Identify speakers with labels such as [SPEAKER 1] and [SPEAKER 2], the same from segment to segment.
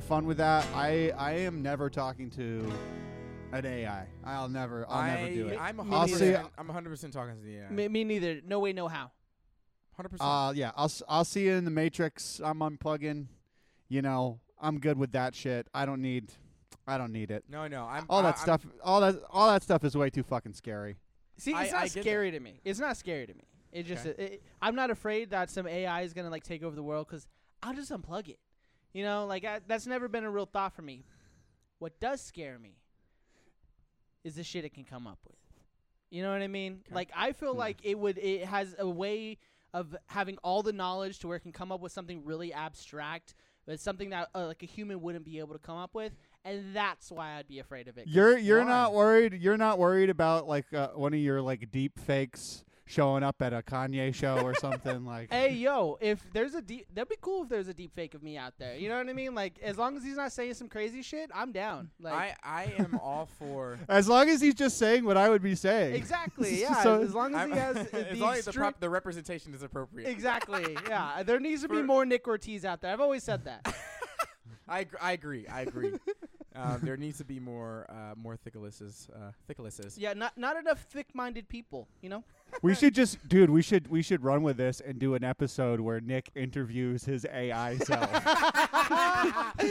[SPEAKER 1] fun with that. I I am never talking to an AI. I'll never. I'll
[SPEAKER 2] I,
[SPEAKER 1] never do it.
[SPEAKER 2] I'm
[SPEAKER 3] Me
[SPEAKER 2] 100%,
[SPEAKER 1] neither.
[SPEAKER 2] I'm 100% talking to the uh, AI.
[SPEAKER 3] Me, me neither. No way, no how.
[SPEAKER 2] 100%.
[SPEAKER 1] Uh, yeah. I'll s- I'll see you in the Matrix. I'm unplugging. You know, I'm good with that shit. I don't need. I don't need it.
[SPEAKER 2] no, no. I'm
[SPEAKER 1] All
[SPEAKER 2] I-
[SPEAKER 1] that
[SPEAKER 2] I'm-
[SPEAKER 1] stuff. All that. All that stuff is way too fucking scary.
[SPEAKER 3] See,
[SPEAKER 2] I-
[SPEAKER 3] it's
[SPEAKER 2] I
[SPEAKER 3] not
[SPEAKER 2] get that.
[SPEAKER 3] scary to me. It's not scary to me. It just it, it- I'm not afraid that some AI is gonna like take over the world because I'll just unplug it. You know, like I, that's never been a real thought for me. What does scare me is the shit it can come up with. You know what I mean? Like I feel like it would. It has a way of having all the knowledge to where it can come up with something really abstract. But something that uh, like a human wouldn't be able to come up with, and that's why I'd be afraid of it. 'cause
[SPEAKER 1] You're you're
[SPEAKER 2] Why?
[SPEAKER 1] not worried. You're not worried about like uh, one of your like deep fakes showing up at a Kanye show or something like.
[SPEAKER 3] hey yo if there's a deep that'd be cool if there's a deep fake of me out there you know what i mean like as long as he's not saying some crazy shit i'm down like
[SPEAKER 2] I, I am all for.
[SPEAKER 1] As long as he's just saying what I would be saying.
[SPEAKER 3] exactly yeah
[SPEAKER 1] So-
[SPEAKER 3] as long as
[SPEAKER 2] I'm-
[SPEAKER 3] he has uh,
[SPEAKER 2] as
[SPEAKER 3] the
[SPEAKER 2] long as the,
[SPEAKER 3] extru-
[SPEAKER 2] prop, the representation is appropriate.
[SPEAKER 3] exactly yeah there needs to be
[SPEAKER 2] For-
[SPEAKER 3] more nick ortiz out there i've always said that
[SPEAKER 2] I, agr- I agree. I agree. um, there needs to be more uh, more thickalisses. Uh, thickalisses.
[SPEAKER 3] yeah not not enough thick-minded people you know
[SPEAKER 1] We should just, dude. We should we should run with this and do an episode where Nick interviews his AI self.
[SPEAKER 3] Oh,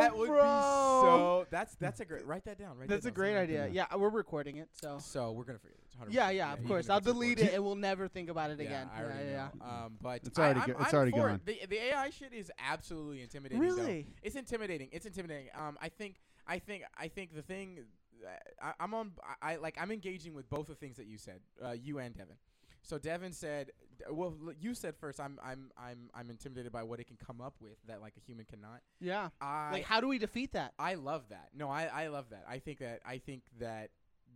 [SPEAKER 2] that would
[SPEAKER 3] bro.
[SPEAKER 2] be so. That's that's a great. Write that down. Write that
[SPEAKER 3] that's a
[SPEAKER 2] down, something
[SPEAKER 3] great
[SPEAKER 2] like that.
[SPEAKER 3] idea yeah we're recording it so
[SPEAKER 2] So we're gonna forget. It. 100%.
[SPEAKER 3] yeah yeah of
[SPEAKER 2] even
[SPEAKER 3] course
[SPEAKER 2] if
[SPEAKER 3] i'll
[SPEAKER 2] it's
[SPEAKER 3] delete
[SPEAKER 2] recorded.
[SPEAKER 3] it and we'll never think about it
[SPEAKER 2] Yeah,
[SPEAKER 3] again
[SPEAKER 2] I already
[SPEAKER 3] yeah,
[SPEAKER 2] know. Um, but
[SPEAKER 1] It's already
[SPEAKER 2] I, I'm,
[SPEAKER 1] go- it's
[SPEAKER 2] I'm
[SPEAKER 1] already
[SPEAKER 2] for
[SPEAKER 1] gone.
[SPEAKER 2] it. The, the AI shit is absolutely intimidating. though.
[SPEAKER 3] Really?
[SPEAKER 2] It's intimidating. It's intimidating. Um, I think I think I think the thing uh, I, I'm on I, I like I'm engaging with both the things that you said, uh, you and Devin. So Devin said, d- well, l- you said first. I'm I'm I'm I'm intimidated by what it can come up with that like a human cannot.
[SPEAKER 3] yeah.
[SPEAKER 2] I
[SPEAKER 3] like how do we defeat that
[SPEAKER 2] I love that. No, I, I love that. I think that I think that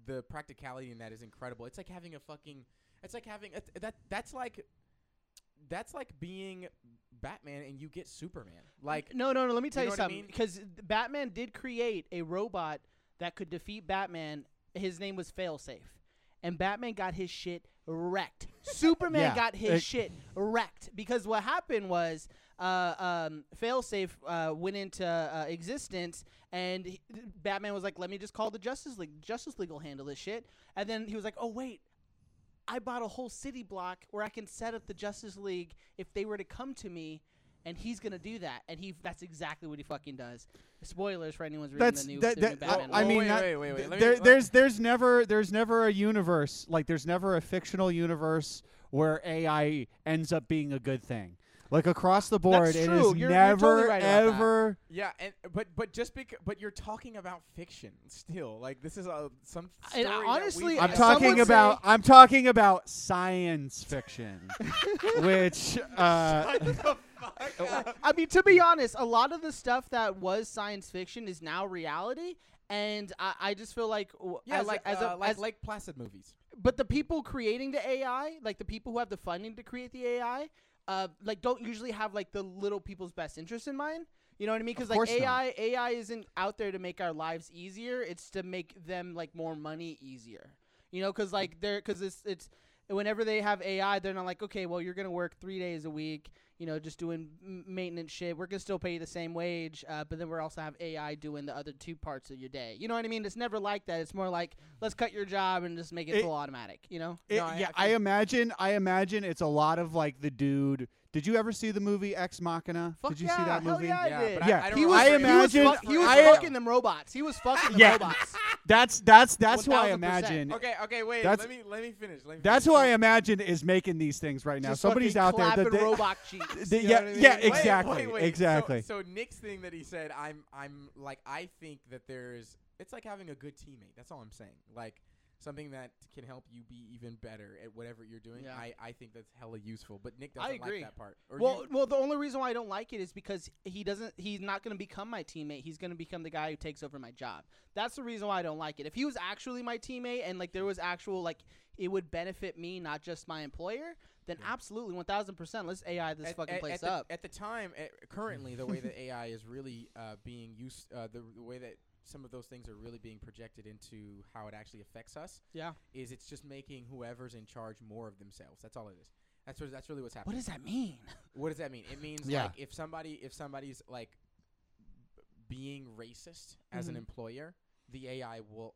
[SPEAKER 2] the practicality in that is incredible. It's like having a fucking. It's like having a, that. That's like. That's like being Batman and you get Superman. Like
[SPEAKER 3] no no no let me tell you,
[SPEAKER 2] know what I
[SPEAKER 3] something
[SPEAKER 2] mean?
[SPEAKER 3] because batman did create a robot that could defeat batman his name was failsafe and batman got his shit wrecked superman
[SPEAKER 1] Yeah,
[SPEAKER 3] got his
[SPEAKER 1] it-
[SPEAKER 3] shit wrecked because what happened was uh, um, failsafe uh, went into uh, existence and he, batman was like let me just call the justice league justice league will handle this shit and then he was like oh wait I bought a whole city block where I can set up the Justice League if they were to come to me, and he's gonna do that. And he that's exactly what he fucking does. Spoilers for anyone's reading
[SPEAKER 1] That's
[SPEAKER 3] the new,
[SPEAKER 1] that.
[SPEAKER 3] the new
[SPEAKER 1] that
[SPEAKER 3] Batman.
[SPEAKER 1] I
[SPEAKER 2] Oh,
[SPEAKER 3] book.
[SPEAKER 1] mean,
[SPEAKER 2] wait,
[SPEAKER 1] that-
[SPEAKER 2] wait, wait, wait. Let me-
[SPEAKER 1] there,
[SPEAKER 2] let-
[SPEAKER 1] there's there's never there's never a universe like there's never a fictional universe where AI ends up being a good thing. Like across the board, it
[SPEAKER 3] true.
[SPEAKER 1] is
[SPEAKER 3] You're- you're
[SPEAKER 1] never
[SPEAKER 3] totally right about that.
[SPEAKER 1] ever.
[SPEAKER 2] yeah, and but but just because but you're talking about fiction still. Like this is a some.
[SPEAKER 3] And
[SPEAKER 2] Story that we-
[SPEAKER 3] honestly,
[SPEAKER 1] I'm
[SPEAKER 3] Some would
[SPEAKER 1] talking
[SPEAKER 3] say-
[SPEAKER 1] about I'm talking about science fiction, which uh,
[SPEAKER 2] What the fuck?
[SPEAKER 3] I mean, to be honest, a lot of the stuff that was science fiction is now reality. And I, I just feel like, w-
[SPEAKER 2] yeah,
[SPEAKER 3] as a-
[SPEAKER 2] like
[SPEAKER 3] as a,
[SPEAKER 2] uh, like
[SPEAKER 3] as-
[SPEAKER 2] Lake Placid movies.
[SPEAKER 3] but the people creating the AI, like the people who have the funding to create the AI, uh, like don't usually have like the little people's best interest in mind. You know what I mean?
[SPEAKER 1] Of
[SPEAKER 3] Because like
[SPEAKER 1] course not.
[SPEAKER 3] AI, AI isn't out there to make our lives easier. It's to make them like more money easier. You know, because like they're because it's it's whenever they have AI, they're not like okay, well you're gonna work three days a week. You know, just doing m- maintenance shit. We're gonna still pay you the same wage, uh, but then we're also have AI doing the other two parts of your day. You know what I mean? It's never like that. It's more like let's cut your job and just make it,
[SPEAKER 1] It-
[SPEAKER 3] full automatic. You know?
[SPEAKER 1] it-
[SPEAKER 2] No, I-
[SPEAKER 1] yeah.
[SPEAKER 2] I
[SPEAKER 1] I
[SPEAKER 2] feel-
[SPEAKER 1] imagine I imagine it's a lot of like the dude. Did you ever see the movie Ex Machina?
[SPEAKER 3] Fuck
[SPEAKER 1] did you
[SPEAKER 3] yeah,
[SPEAKER 1] see that
[SPEAKER 3] hell
[SPEAKER 1] movie?
[SPEAKER 3] yeah, I
[SPEAKER 2] Yeah,
[SPEAKER 3] did.
[SPEAKER 2] but
[SPEAKER 1] Yeah.
[SPEAKER 2] I, I don't
[SPEAKER 1] He
[SPEAKER 2] remember
[SPEAKER 3] He
[SPEAKER 1] I
[SPEAKER 2] it.
[SPEAKER 3] was, he was
[SPEAKER 1] imagine-
[SPEAKER 3] fuck- he was
[SPEAKER 1] I-
[SPEAKER 3] fucking them robots. He was fucking the
[SPEAKER 1] Yeah.
[SPEAKER 3] robots.
[SPEAKER 1] That's that's that's who I
[SPEAKER 3] 1000%.
[SPEAKER 1] imagine.
[SPEAKER 2] Okay, okay, wait.
[SPEAKER 1] That's-
[SPEAKER 2] let me let me finish. Let me
[SPEAKER 1] That's
[SPEAKER 2] finish.
[SPEAKER 1] who I imagine is making these things right now.
[SPEAKER 3] Just
[SPEAKER 1] Somebody's
[SPEAKER 3] fucking
[SPEAKER 1] out there.
[SPEAKER 3] clapping
[SPEAKER 1] That they,
[SPEAKER 3] robot cheeks.
[SPEAKER 1] they-
[SPEAKER 3] you know
[SPEAKER 1] yeah,
[SPEAKER 3] what I mean?
[SPEAKER 1] yeah,
[SPEAKER 3] Like,
[SPEAKER 1] exact- exactly, exactly.
[SPEAKER 2] So, so Nick's thing that he said, I'm, I'm like, I think that there's, it's like having a good teammate. That's all I'm saying. Like something that can help you be even better at whatever you're doing.
[SPEAKER 3] Yeah.
[SPEAKER 2] I, I think that's hella useful. But Nick
[SPEAKER 3] I
[SPEAKER 2] doesn't
[SPEAKER 3] agree.
[SPEAKER 2] like that part. Or
[SPEAKER 3] Well,
[SPEAKER 2] you-
[SPEAKER 3] well, the only reason why I don't like it is because he doesn't. He's not going to become my teammate. He's going to become the guy who takes over my job. That's the reason why I don't like it. If he was actually my teammate and like there was actual like it would benefit me, not just my employer, then
[SPEAKER 2] Yeah.
[SPEAKER 3] absolutely one thousand percent. Let's AI this fucking place
[SPEAKER 2] the,
[SPEAKER 3] up.
[SPEAKER 2] At the time, at, currently, the way that AI is really uh, being used, uh, the, the way that some of those things are really being projected into how it actually affects us.
[SPEAKER 3] Yeah.
[SPEAKER 2] is it's just making whoever's in charge more of themselves. That's all it is. That's what, that's really what's happening.
[SPEAKER 3] what does that mean?
[SPEAKER 2] What does that mean? It means
[SPEAKER 1] Yeah.
[SPEAKER 2] like if somebody if somebody's like being racist as an
[SPEAKER 3] Mhm.
[SPEAKER 2] employer, the AI will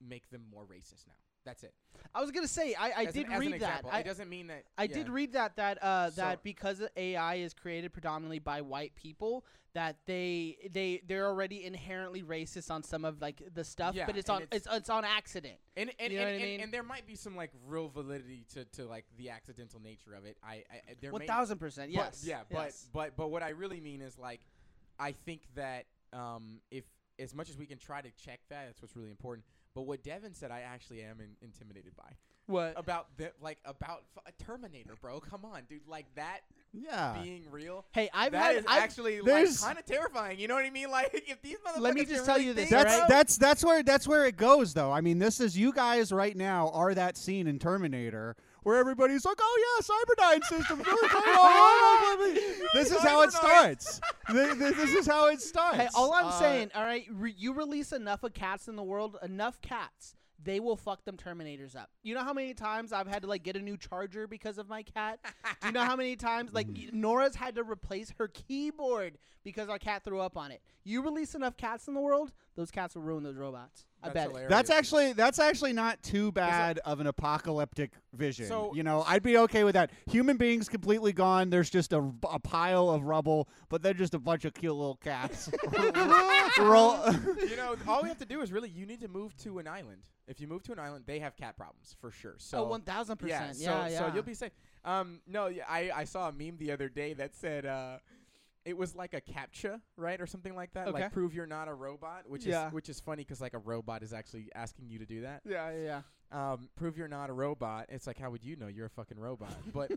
[SPEAKER 2] make them more racist now. That's it.
[SPEAKER 3] I was gonna say I, I
[SPEAKER 2] As
[SPEAKER 3] did
[SPEAKER 2] an, as an
[SPEAKER 3] read that.
[SPEAKER 2] example.
[SPEAKER 3] I,
[SPEAKER 2] it doesn't mean that.
[SPEAKER 3] I
[SPEAKER 2] yeah.
[SPEAKER 3] did read that that uh,
[SPEAKER 2] So-
[SPEAKER 3] that because the AI is created predominantly by white people, that they they they're already inherently racist on some of like the stuff,
[SPEAKER 2] Yeah,
[SPEAKER 3] but it's
[SPEAKER 2] and
[SPEAKER 3] on
[SPEAKER 2] it's-
[SPEAKER 3] it's, it's on accident.
[SPEAKER 2] And and,
[SPEAKER 3] You know
[SPEAKER 2] and,
[SPEAKER 3] what I
[SPEAKER 2] and,
[SPEAKER 3] mean?
[SPEAKER 2] and there might be some like real validity to, to like the accidental nature of it. I, I I- there
[SPEAKER 3] One
[SPEAKER 2] may,
[SPEAKER 3] thousand percent,
[SPEAKER 2] but-
[SPEAKER 3] yes.
[SPEAKER 2] yeah, but
[SPEAKER 3] yes.
[SPEAKER 2] but but what I really mean is like, I think that um if as much as we can try to check that, that's what's really important. But what Devin said, I actually am in, intimidated by
[SPEAKER 3] what
[SPEAKER 2] about the like about f- Terminator, bro. Come on, dude, like that
[SPEAKER 1] Yeah.
[SPEAKER 2] being real.
[SPEAKER 3] Hey, Uh, I've
[SPEAKER 2] that
[SPEAKER 3] had
[SPEAKER 2] is
[SPEAKER 3] I've,
[SPEAKER 2] actually like
[SPEAKER 1] there's-
[SPEAKER 2] kind of terrifying. You know what I mean? Like if these motherfuckers.
[SPEAKER 3] Let me
[SPEAKER 2] can
[SPEAKER 3] just tell
[SPEAKER 2] really
[SPEAKER 3] you this,
[SPEAKER 2] think,
[SPEAKER 1] That's
[SPEAKER 3] Right?
[SPEAKER 2] bro.
[SPEAKER 1] that's that's where that's where it goes though. I mean, this is you guys right now are that scene in Terminator where everybody's like, "Oh yeah, Cyberdyne system." this is how it
[SPEAKER 2] Cyberdyne.
[SPEAKER 1] starts. Th- th- this, is how it starts.
[SPEAKER 3] Hey, all I'm
[SPEAKER 1] Uh,
[SPEAKER 3] saying, all right, re- you release enough of cats in the world, enough cats, they will fuck them Terminators up. You know how many times I've had to like get a new charger because of my cat. Do you know how many times like y- Nora's had to replace her keyboard because our cat threw up on it? You release enough cats in the world, those cats will ruin those robots. I
[SPEAKER 2] That's
[SPEAKER 3] bet. it.
[SPEAKER 2] hilarious.
[SPEAKER 1] That's actually that's actually not too bad of an apocalyptic vision.
[SPEAKER 2] So-
[SPEAKER 1] you know, I'd be okay with that. Human beings completely gone. There's just a, a pile of rubble, but they're just a bunch of cute little cats. Roll-
[SPEAKER 2] you know, all we have to do is really you need to move to an island. If you move to an island, they have cat problems for sure. So
[SPEAKER 3] oh, one thousand
[SPEAKER 2] yeah,
[SPEAKER 3] percent.
[SPEAKER 2] so,
[SPEAKER 3] Yeah, yeah.
[SPEAKER 2] so you'll be safe. Um, no, yeah, I I saw a meme the other day that said uh, it was like a captcha, right, or something like that.
[SPEAKER 3] Okay.
[SPEAKER 2] Like prove you're not a robot, which
[SPEAKER 3] Yeah.
[SPEAKER 2] is which is funny because like a robot is actually asking you to do that.
[SPEAKER 3] yeah, yeah, yeah.
[SPEAKER 2] Um, prove you're not a robot. It's like how would you know you're a fucking robot? But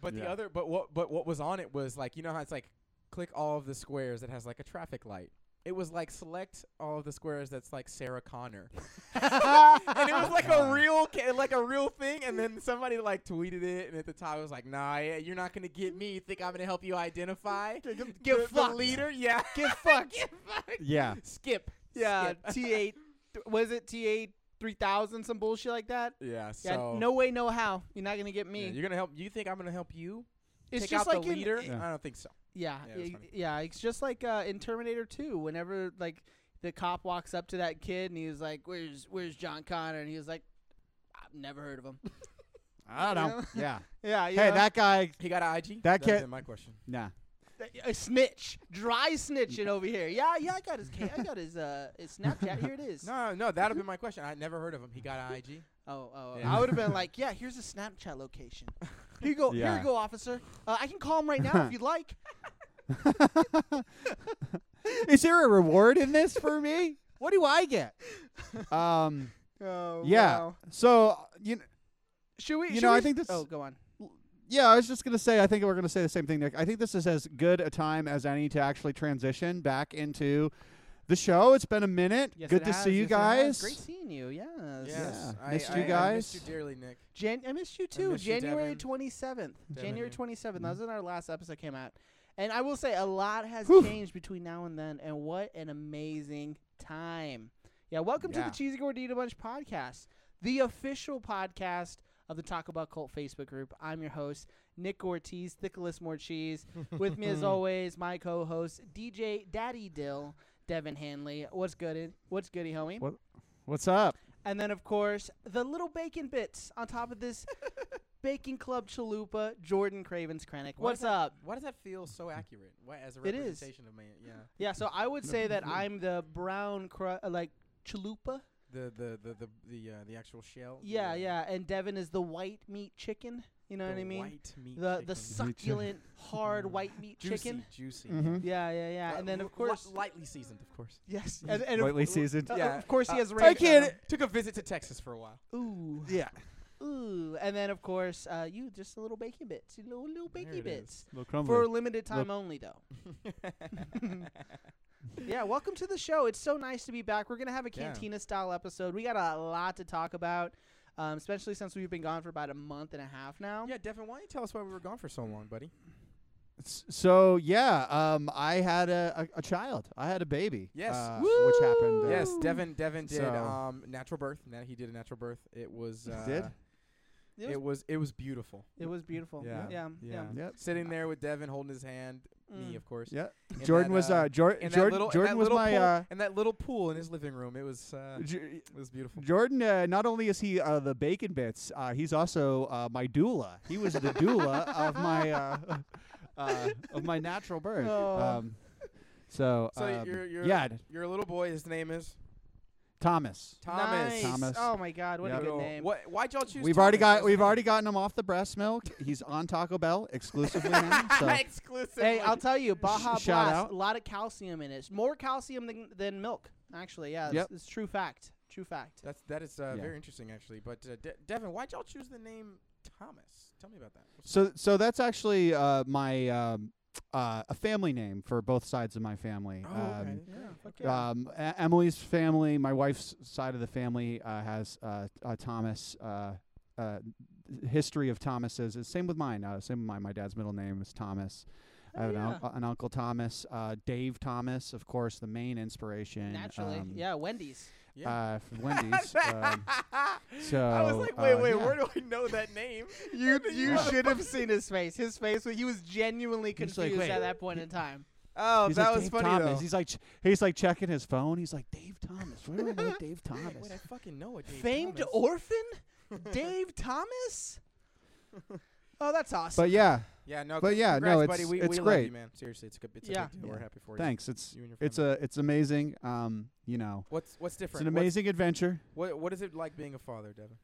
[SPEAKER 2] but the
[SPEAKER 1] Yeah.
[SPEAKER 2] other but what but what was on it was like you know how it's like click all of the squares that has like a traffic light. It was like select all of the squares that's like Sarah Connor. and it was like a real ca- like a real thing and then somebody like tweeted it and at the time it was like nah yeah, you're not gonna get me you think i'm gonna help you identify
[SPEAKER 3] get
[SPEAKER 2] the, the
[SPEAKER 3] fucked.
[SPEAKER 2] leader yeah
[SPEAKER 3] Get fucked.
[SPEAKER 2] Get fucked.
[SPEAKER 1] yeah.
[SPEAKER 2] skip
[SPEAKER 3] yeah,
[SPEAKER 2] Skip.
[SPEAKER 3] T eight. Was it T eight three thousand? Some bullshit like that.
[SPEAKER 2] yeah so
[SPEAKER 3] Yeah, no way, no how. You're not gonna get
[SPEAKER 2] yeah,
[SPEAKER 3] me.
[SPEAKER 2] you're gonna help you think i'm gonna help you
[SPEAKER 3] it's
[SPEAKER 2] take
[SPEAKER 3] just
[SPEAKER 2] out
[SPEAKER 3] like
[SPEAKER 2] the
[SPEAKER 3] in-
[SPEAKER 2] leader
[SPEAKER 1] Yeah.
[SPEAKER 2] i don't think so
[SPEAKER 3] yeah,
[SPEAKER 2] Yeah,
[SPEAKER 3] yeah,
[SPEAKER 2] it was
[SPEAKER 3] y-
[SPEAKER 2] funny.
[SPEAKER 3] yeah, It's just like uh, in Terminator 2, whenever like the cop walks up to that kid and he's like, "Where's Where's John Connor?" and he's like, "I've never heard of him."
[SPEAKER 1] I don't. Yeah.
[SPEAKER 3] yeah,
[SPEAKER 1] Hey, that guy.
[SPEAKER 2] he got an
[SPEAKER 1] That
[SPEAKER 2] ig That's
[SPEAKER 1] can't-
[SPEAKER 2] been my question
[SPEAKER 1] Nah.
[SPEAKER 3] a snitch, dry snitching over here. Yeah, yeah, I got his, ca- I got his, uh, his Snapchat. Here it is.
[SPEAKER 2] no no that'd have been my question i never heard of him he got an ig
[SPEAKER 3] Oh, oh,
[SPEAKER 2] Yeah.
[SPEAKER 3] I would have been like, "Yeah, here's a Snapchat location. Here you go, here
[SPEAKER 1] Yeah.
[SPEAKER 3] you go, officer. Uh, I can call him right now if you'd like."
[SPEAKER 1] Is there a reward in this for me? What do I get? Um.
[SPEAKER 3] Oh,
[SPEAKER 1] Yeah. So you. Know,
[SPEAKER 3] Should we?
[SPEAKER 1] You
[SPEAKER 3] should
[SPEAKER 1] know,
[SPEAKER 3] we
[SPEAKER 1] I
[SPEAKER 3] s-
[SPEAKER 1] think this-
[SPEAKER 3] Oh, go on.
[SPEAKER 1] yeah, I was just gonna say. I think we're gonna say the same thing, Nick. I think this is as good a time as any to actually transition back into the show. It's been a minute.
[SPEAKER 3] Yes,
[SPEAKER 1] good
[SPEAKER 3] it
[SPEAKER 1] to
[SPEAKER 3] has.
[SPEAKER 1] see you
[SPEAKER 3] Yes, it has.
[SPEAKER 1] guys.
[SPEAKER 3] Great seeing you. Yes.
[SPEAKER 2] yes
[SPEAKER 1] Yeah.
[SPEAKER 2] I,
[SPEAKER 1] Missed you
[SPEAKER 2] I- I missed
[SPEAKER 1] guys.
[SPEAKER 2] you dearly nick
[SPEAKER 3] Jan- I missed you too.
[SPEAKER 2] miss you,
[SPEAKER 3] January
[SPEAKER 2] Devin.
[SPEAKER 3] twenty seventh.
[SPEAKER 2] Devin,
[SPEAKER 3] January
[SPEAKER 2] yeah.
[SPEAKER 3] twenty seventh. That was when our last episode came out, and I will say a lot has
[SPEAKER 1] Whew.
[SPEAKER 3] changed between now and then. And what an amazing time! Yeah, welcome to
[SPEAKER 1] Yeah.
[SPEAKER 3] the Cheesy Gordita Bunch podcast, the official podcast of the Talk About Cult Facebook group. I'm your host Nick Ortiz, Thickless More Cheese. With me as always, my co-host DJ Daddy Dill, Devin Hanley. What's good? What's goody, homie?
[SPEAKER 1] What's up?
[SPEAKER 3] And then, of course, the little bacon bits on top of this Bacon Club Chalupa, Jordan Cravens Krennic.
[SPEAKER 2] Why
[SPEAKER 3] What's
[SPEAKER 2] does that-
[SPEAKER 3] up?
[SPEAKER 2] why does that feel so accurate Why as a
[SPEAKER 3] It is.
[SPEAKER 2] representation of man yeah
[SPEAKER 3] Yeah, so I would say that I'm the brown, cru- uh, like, chalupa.
[SPEAKER 2] the the the the the, uh, the actual shell. the,
[SPEAKER 3] Yeah,
[SPEAKER 2] uh,
[SPEAKER 3] yeah. And Devin is the white meat chicken. You know
[SPEAKER 2] the
[SPEAKER 3] what I mean?
[SPEAKER 2] White meat
[SPEAKER 3] the
[SPEAKER 2] chicken.
[SPEAKER 3] the succulent, hard white meat
[SPEAKER 2] juicy,
[SPEAKER 3] chicken.
[SPEAKER 2] juicy.
[SPEAKER 1] Mhm.
[SPEAKER 3] Yeah, yeah, yeah. and then,
[SPEAKER 2] Li-
[SPEAKER 3] of course,
[SPEAKER 2] li- lightly seasoned, of course.
[SPEAKER 3] yes. And, and of,
[SPEAKER 1] Lightly seasoned.
[SPEAKER 3] uh,
[SPEAKER 2] Yeah.
[SPEAKER 3] of course, he
[SPEAKER 2] Uh,
[SPEAKER 3] has ranch.
[SPEAKER 1] I
[SPEAKER 3] on
[SPEAKER 1] can't.
[SPEAKER 3] him.
[SPEAKER 2] Took a visit to Texas for a while.
[SPEAKER 3] Ooh.
[SPEAKER 1] Yeah.
[SPEAKER 3] Ooh. And then, of course, uh, you, just the little bacon bits. You know, little
[SPEAKER 2] There
[SPEAKER 3] bacon
[SPEAKER 2] it is.
[SPEAKER 3] bits.
[SPEAKER 1] Little
[SPEAKER 3] For a
[SPEAKER 1] crumbly.
[SPEAKER 3] limited time only, though. yeah, welcome to the show. It's so nice to be back. We're gonna have a
[SPEAKER 2] Yeah.
[SPEAKER 3] cantina style episode. We got a lot to talk about, um, especially since we've been gone for about a month and a half now.
[SPEAKER 2] yeah, Devin, why don't you tell us why we were gone for so long, buddy?
[SPEAKER 1] S- So yeah, um, I had a, a, a child. I had a baby.
[SPEAKER 2] Yes.
[SPEAKER 1] uh, which happened. Uh,
[SPEAKER 2] Yes,
[SPEAKER 3] Woo!
[SPEAKER 2] Devin. Devin did
[SPEAKER 1] So-
[SPEAKER 2] um, natural birth. Now he did a natural birth. It was.
[SPEAKER 1] He
[SPEAKER 2] Uh,
[SPEAKER 1] did?
[SPEAKER 3] It
[SPEAKER 2] It was. It was beautiful.
[SPEAKER 3] It was beautiful. Yeah,
[SPEAKER 2] Yeah.
[SPEAKER 3] yeah, yeah.
[SPEAKER 2] Yeah.
[SPEAKER 1] Yep.
[SPEAKER 2] Sitting there with Devin, holding his hand, me,
[SPEAKER 3] Mm.
[SPEAKER 2] of course.
[SPEAKER 1] Yeah,
[SPEAKER 2] And
[SPEAKER 1] Jordan
[SPEAKER 2] that,
[SPEAKER 1] was
[SPEAKER 2] uh,
[SPEAKER 1] uh, Jor-
[SPEAKER 2] and
[SPEAKER 1] Jordan.
[SPEAKER 2] that little,
[SPEAKER 1] Jordan
[SPEAKER 2] and that
[SPEAKER 1] was
[SPEAKER 2] little
[SPEAKER 1] my
[SPEAKER 2] pool,
[SPEAKER 1] uh,
[SPEAKER 2] and that little pool in his living room. It was uh,
[SPEAKER 1] J-
[SPEAKER 2] it was beautiful.
[SPEAKER 1] Jordan. Uh, not only is he uh, the bacon bits, uh, he's also uh, my doula. He was the doula of my uh, uh, of my natural birth.
[SPEAKER 3] Oh.
[SPEAKER 1] Um, so,
[SPEAKER 2] So
[SPEAKER 1] um,
[SPEAKER 2] you're you're
[SPEAKER 1] yeah,
[SPEAKER 2] you're a little boy. His name is
[SPEAKER 1] Thomas.
[SPEAKER 2] Thomas.
[SPEAKER 3] Nice.
[SPEAKER 1] Thomas.
[SPEAKER 3] Oh my God, what
[SPEAKER 1] Yep.
[SPEAKER 3] a
[SPEAKER 2] Good
[SPEAKER 3] good
[SPEAKER 2] old-
[SPEAKER 3] name.
[SPEAKER 2] What? Why'd y'all choose?
[SPEAKER 1] We've already
[SPEAKER 2] Thomas?
[SPEAKER 1] got we've already gotten him off the breast milk. He's on Taco Bell exclusively now. So
[SPEAKER 2] Exclusive.
[SPEAKER 3] Hey, I'll tell you, Baja
[SPEAKER 1] shout
[SPEAKER 3] Blast,
[SPEAKER 1] out.
[SPEAKER 3] a lot of calcium in it. It's More calcium than, than milk, actually. Yeah,
[SPEAKER 1] Yep.
[SPEAKER 3] it's, it's true fact. True fact.
[SPEAKER 2] That's that is uh,
[SPEAKER 1] Yeah.
[SPEAKER 2] very interesting actually. But uh, De- Devin, why'd y'all choose the name Thomas? Tell me about that. What's-
[SPEAKER 1] so so that's actually uh, my um, uh, a family name for both sides of my family.
[SPEAKER 2] Oh,
[SPEAKER 1] um,
[SPEAKER 2] okay.
[SPEAKER 3] Yeah, fuck yeah.
[SPEAKER 1] Um, E- Emily's family, my wife's side of the family, uh, has uh, uh, Thomas. Uh, uh, history of Thomas's. It's Same with mine. Uh, same with mine. My dad's middle name is Thomas. I
[SPEAKER 3] Oh,
[SPEAKER 1] have an,
[SPEAKER 3] yeah.
[SPEAKER 1] unc- uh, an uncle Thomas, uh, Dave Thomas, of course, the main inspiration.
[SPEAKER 3] Naturally.
[SPEAKER 1] um,
[SPEAKER 3] yeah, Wendy's.
[SPEAKER 2] yeah. Oh,
[SPEAKER 1] Uh, for Wendy's. um,
[SPEAKER 2] I was
[SPEAKER 1] so,
[SPEAKER 2] like, wait,
[SPEAKER 1] uh,
[SPEAKER 2] wait,
[SPEAKER 1] yeah.
[SPEAKER 2] where do I know that name?
[SPEAKER 3] You you
[SPEAKER 2] Yeah.
[SPEAKER 3] should have seen his face. His face was he was genuinely
[SPEAKER 1] He's
[SPEAKER 3] confused
[SPEAKER 1] like, "Wait."
[SPEAKER 3] at that point in time.
[SPEAKER 2] Oh,
[SPEAKER 1] he's
[SPEAKER 2] that
[SPEAKER 1] like,
[SPEAKER 2] was
[SPEAKER 1] Dave
[SPEAKER 2] funny
[SPEAKER 1] Thomas.
[SPEAKER 2] though.
[SPEAKER 1] He's like, ch- he's like checking his phone. He's like, Dave Thomas. Where do I know Dave
[SPEAKER 2] Wait,
[SPEAKER 1] Thomas?
[SPEAKER 2] wait, I fucking know it. Dave
[SPEAKER 3] Famed
[SPEAKER 2] Thomas.
[SPEAKER 3] orphan, Dave Thomas. Oh, that's awesome.
[SPEAKER 1] But yeah,
[SPEAKER 2] Yeah, no.
[SPEAKER 1] But
[SPEAKER 2] con-
[SPEAKER 1] yeah, no,
[SPEAKER 2] congrats,
[SPEAKER 1] it's-
[SPEAKER 2] buddy. We,
[SPEAKER 1] it's
[SPEAKER 2] we Love
[SPEAKER 1] great.
[SPEAKER 2] you, man. Seriously, it's a good. It's
[SPEAKER 3] Yeah.
[SPEAKER 2] a big deal. We're
[SPEAKER 1] Yeah.
[SPEAKER 2] happy for
[SPEAKER 1] thanks. It's
[SPEAKER 2] you. You and your
[SPEAKER 1] it's
[SPEAKER 2] family.
[SPEAKER 1] a it's amazing. Um, you know,
[SPEAKER 2] What's what's
[SPEAKER 1] it's
[SPEAKER 2] different?
[SPEAKER 1] an
[SPEAKER 2] What's-
[SPEAKER 1] amazing adventure.
[SPEAKER 2] What what is it like being a father, Devin?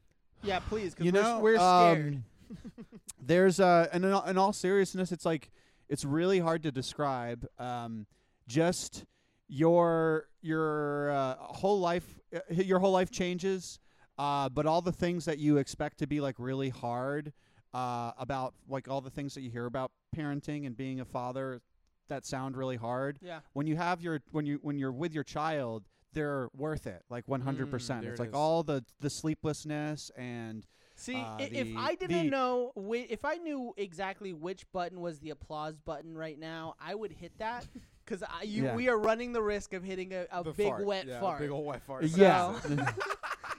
[SPEAKER 3] yeah, please, because
[SPEAKER 1] you
[SPEAKER 3] we're,
[SPEAKER 1] know,
[SPEAKER 3] we're scared.
[SPEAKER 1] um, there's uh, and in all, in all seriousness, it's like it's really hard to describe. Um, just your your uh, whole life, uh, your whole life changes. Uh, but all the things that you expect to be like really hard uh, about, like all the things that you hear about parenting and being a father, that sound really hard
[SPEAKER 3] Yeah,
[SPEAKER 1] when you have your when you when you're with your child they're worth it like 100%
[SPEAKER 2] Mm, there
[SPEAKER 1] it's
[SPEAKER 2] it
[SPEAKER 1] like
[SPEAKER 2] is.
[SPEAKER 1] all the the sleeplessness and
[SPEAKER 3] See,
[SPEAKER 1] Uh,
[SPEAKER 3] i if
[SPEAKER 1] the-
[SPEAKER 3] I didn't
[SPEAKER 1] the-
[SPEAKER 3] know, whi- if I knew exactly which button was the applause button right now, I would hit that because you
[SPEAKER 1] Yeah.
[SPEAKER 3] we are running the risk of hitting a, a
[SPEAKER 2] The
[SPEAKER 3] big
[SPEAKER 2] fart.
[SPEAKER 3] wet
[SPEAKER 2] yeah, a
[SPEAKER 3] fart.
[SPEAKER 2] Big old wet fart.
[SPEAKER 1] yeah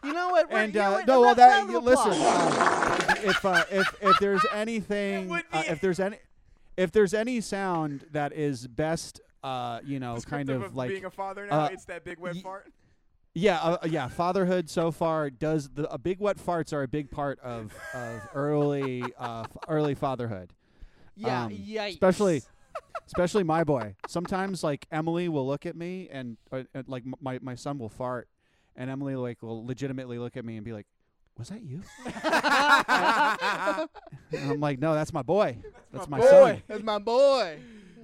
[SPEAKER 3] you know what? we're-
[SPEAKER 1] and
[SPEAKER 3] you know
[SPEAKER 1] uh,
[SPEAKER 3] what,
[SPEAKER 1] no well
[SPEAKER 3] round-
[SPEAKER 1] that
[SPEAKER 3] round
[SPEAKER 1] you
[SPEAKER 3] of
[SPEAKER 1] listen
[SPEAKER 3] applause.
[SPEAKER 1] uh, if uh, if if there's anything
[SPEAKER 2] would
[SPEAKER 1] uh,
[SPEAKER 2] be-
[SPEAKER 1] if there's any if there's any sound that is best uh you know kind
[SPEAKER 2] Descriptive
[SPEAKER 1] of, like
[SPEAKER 2] being a father now.
[SPEAKER 1] uh,
[SPEAKER 2] it's that big wet
[SPEAKER 1] y-
[SPEAKER 2] fart.
[SPEAKER 1] yeah uh, yeah fatherhood so far does the a big wet farts are a big part of of early uh f- early fatherhood
[SPEAKER 3] Yeah,
[SPEAKER 1] Um,
[SPEAKER 3] yikes.
[SPEAKER 1] especially especially my boy sometimes like emily will look at me and uh, uh, like m- my, my son will fart and emily like will legitimately look at me and be like was that you and i'm like no that's my boy that's my,
[SPEAKER 2] my
[SPEAKER 1] son
[SPEAKER 3] That's my boy.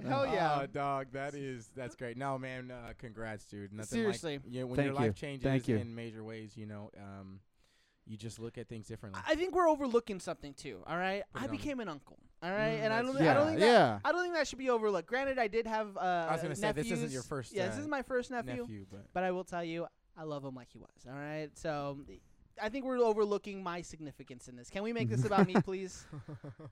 [SPEAKER 3] Hell
[SPEAKER 2] Oh,
[SPEAKER 3] yeah.
[SPEAKER 2] dog, that is that's great. No, man, uh, congrats, dude. Nothing
[SPEAKER 3] Seriously.
[SPEAKER 2] like, you know, when your
[SPEAKER 1] Thank
[SPEAKER 2] life
[SPEAKER 1] you.
[SPEAKER 2] changes
[SPEAKER 1] Thank you.
[SPEAKER 2] in major ways, you know, um, you just look at things differently.
[SPEAKER 3] I think we're overlooking something too. All right,
[SPEAKER 2] Put it
[SPEAKER 3] I
[SPEAKER 2] on me.
[SPEAKER 3] became an uncle. All right,
[SPEAKER 2] Mm,
[SPEAKER 3] and I
[SPEAKER 2] that's-
[SPEAKER 3] don't. I don't
[SPEAKER 1] yeah
[SPEAKER 3] think that.
[SPEAKER 1] yeah
[SPEAKER 3] I don't think that should be overlooked. Granted, I did have. Uh, I
[SPEAKER 2] was gonna say, this isn't your first,
[SPEAKER 3] Yeah, this
[SPEAKER 2] uh,
[SPEAKER 3] is my first nephew,
[SPEAKER 2] but
[SPEAKER 3] But I will tell you, I love him like he was. All right, so I think we're overlooking my significance in this. Can we make this about me, please?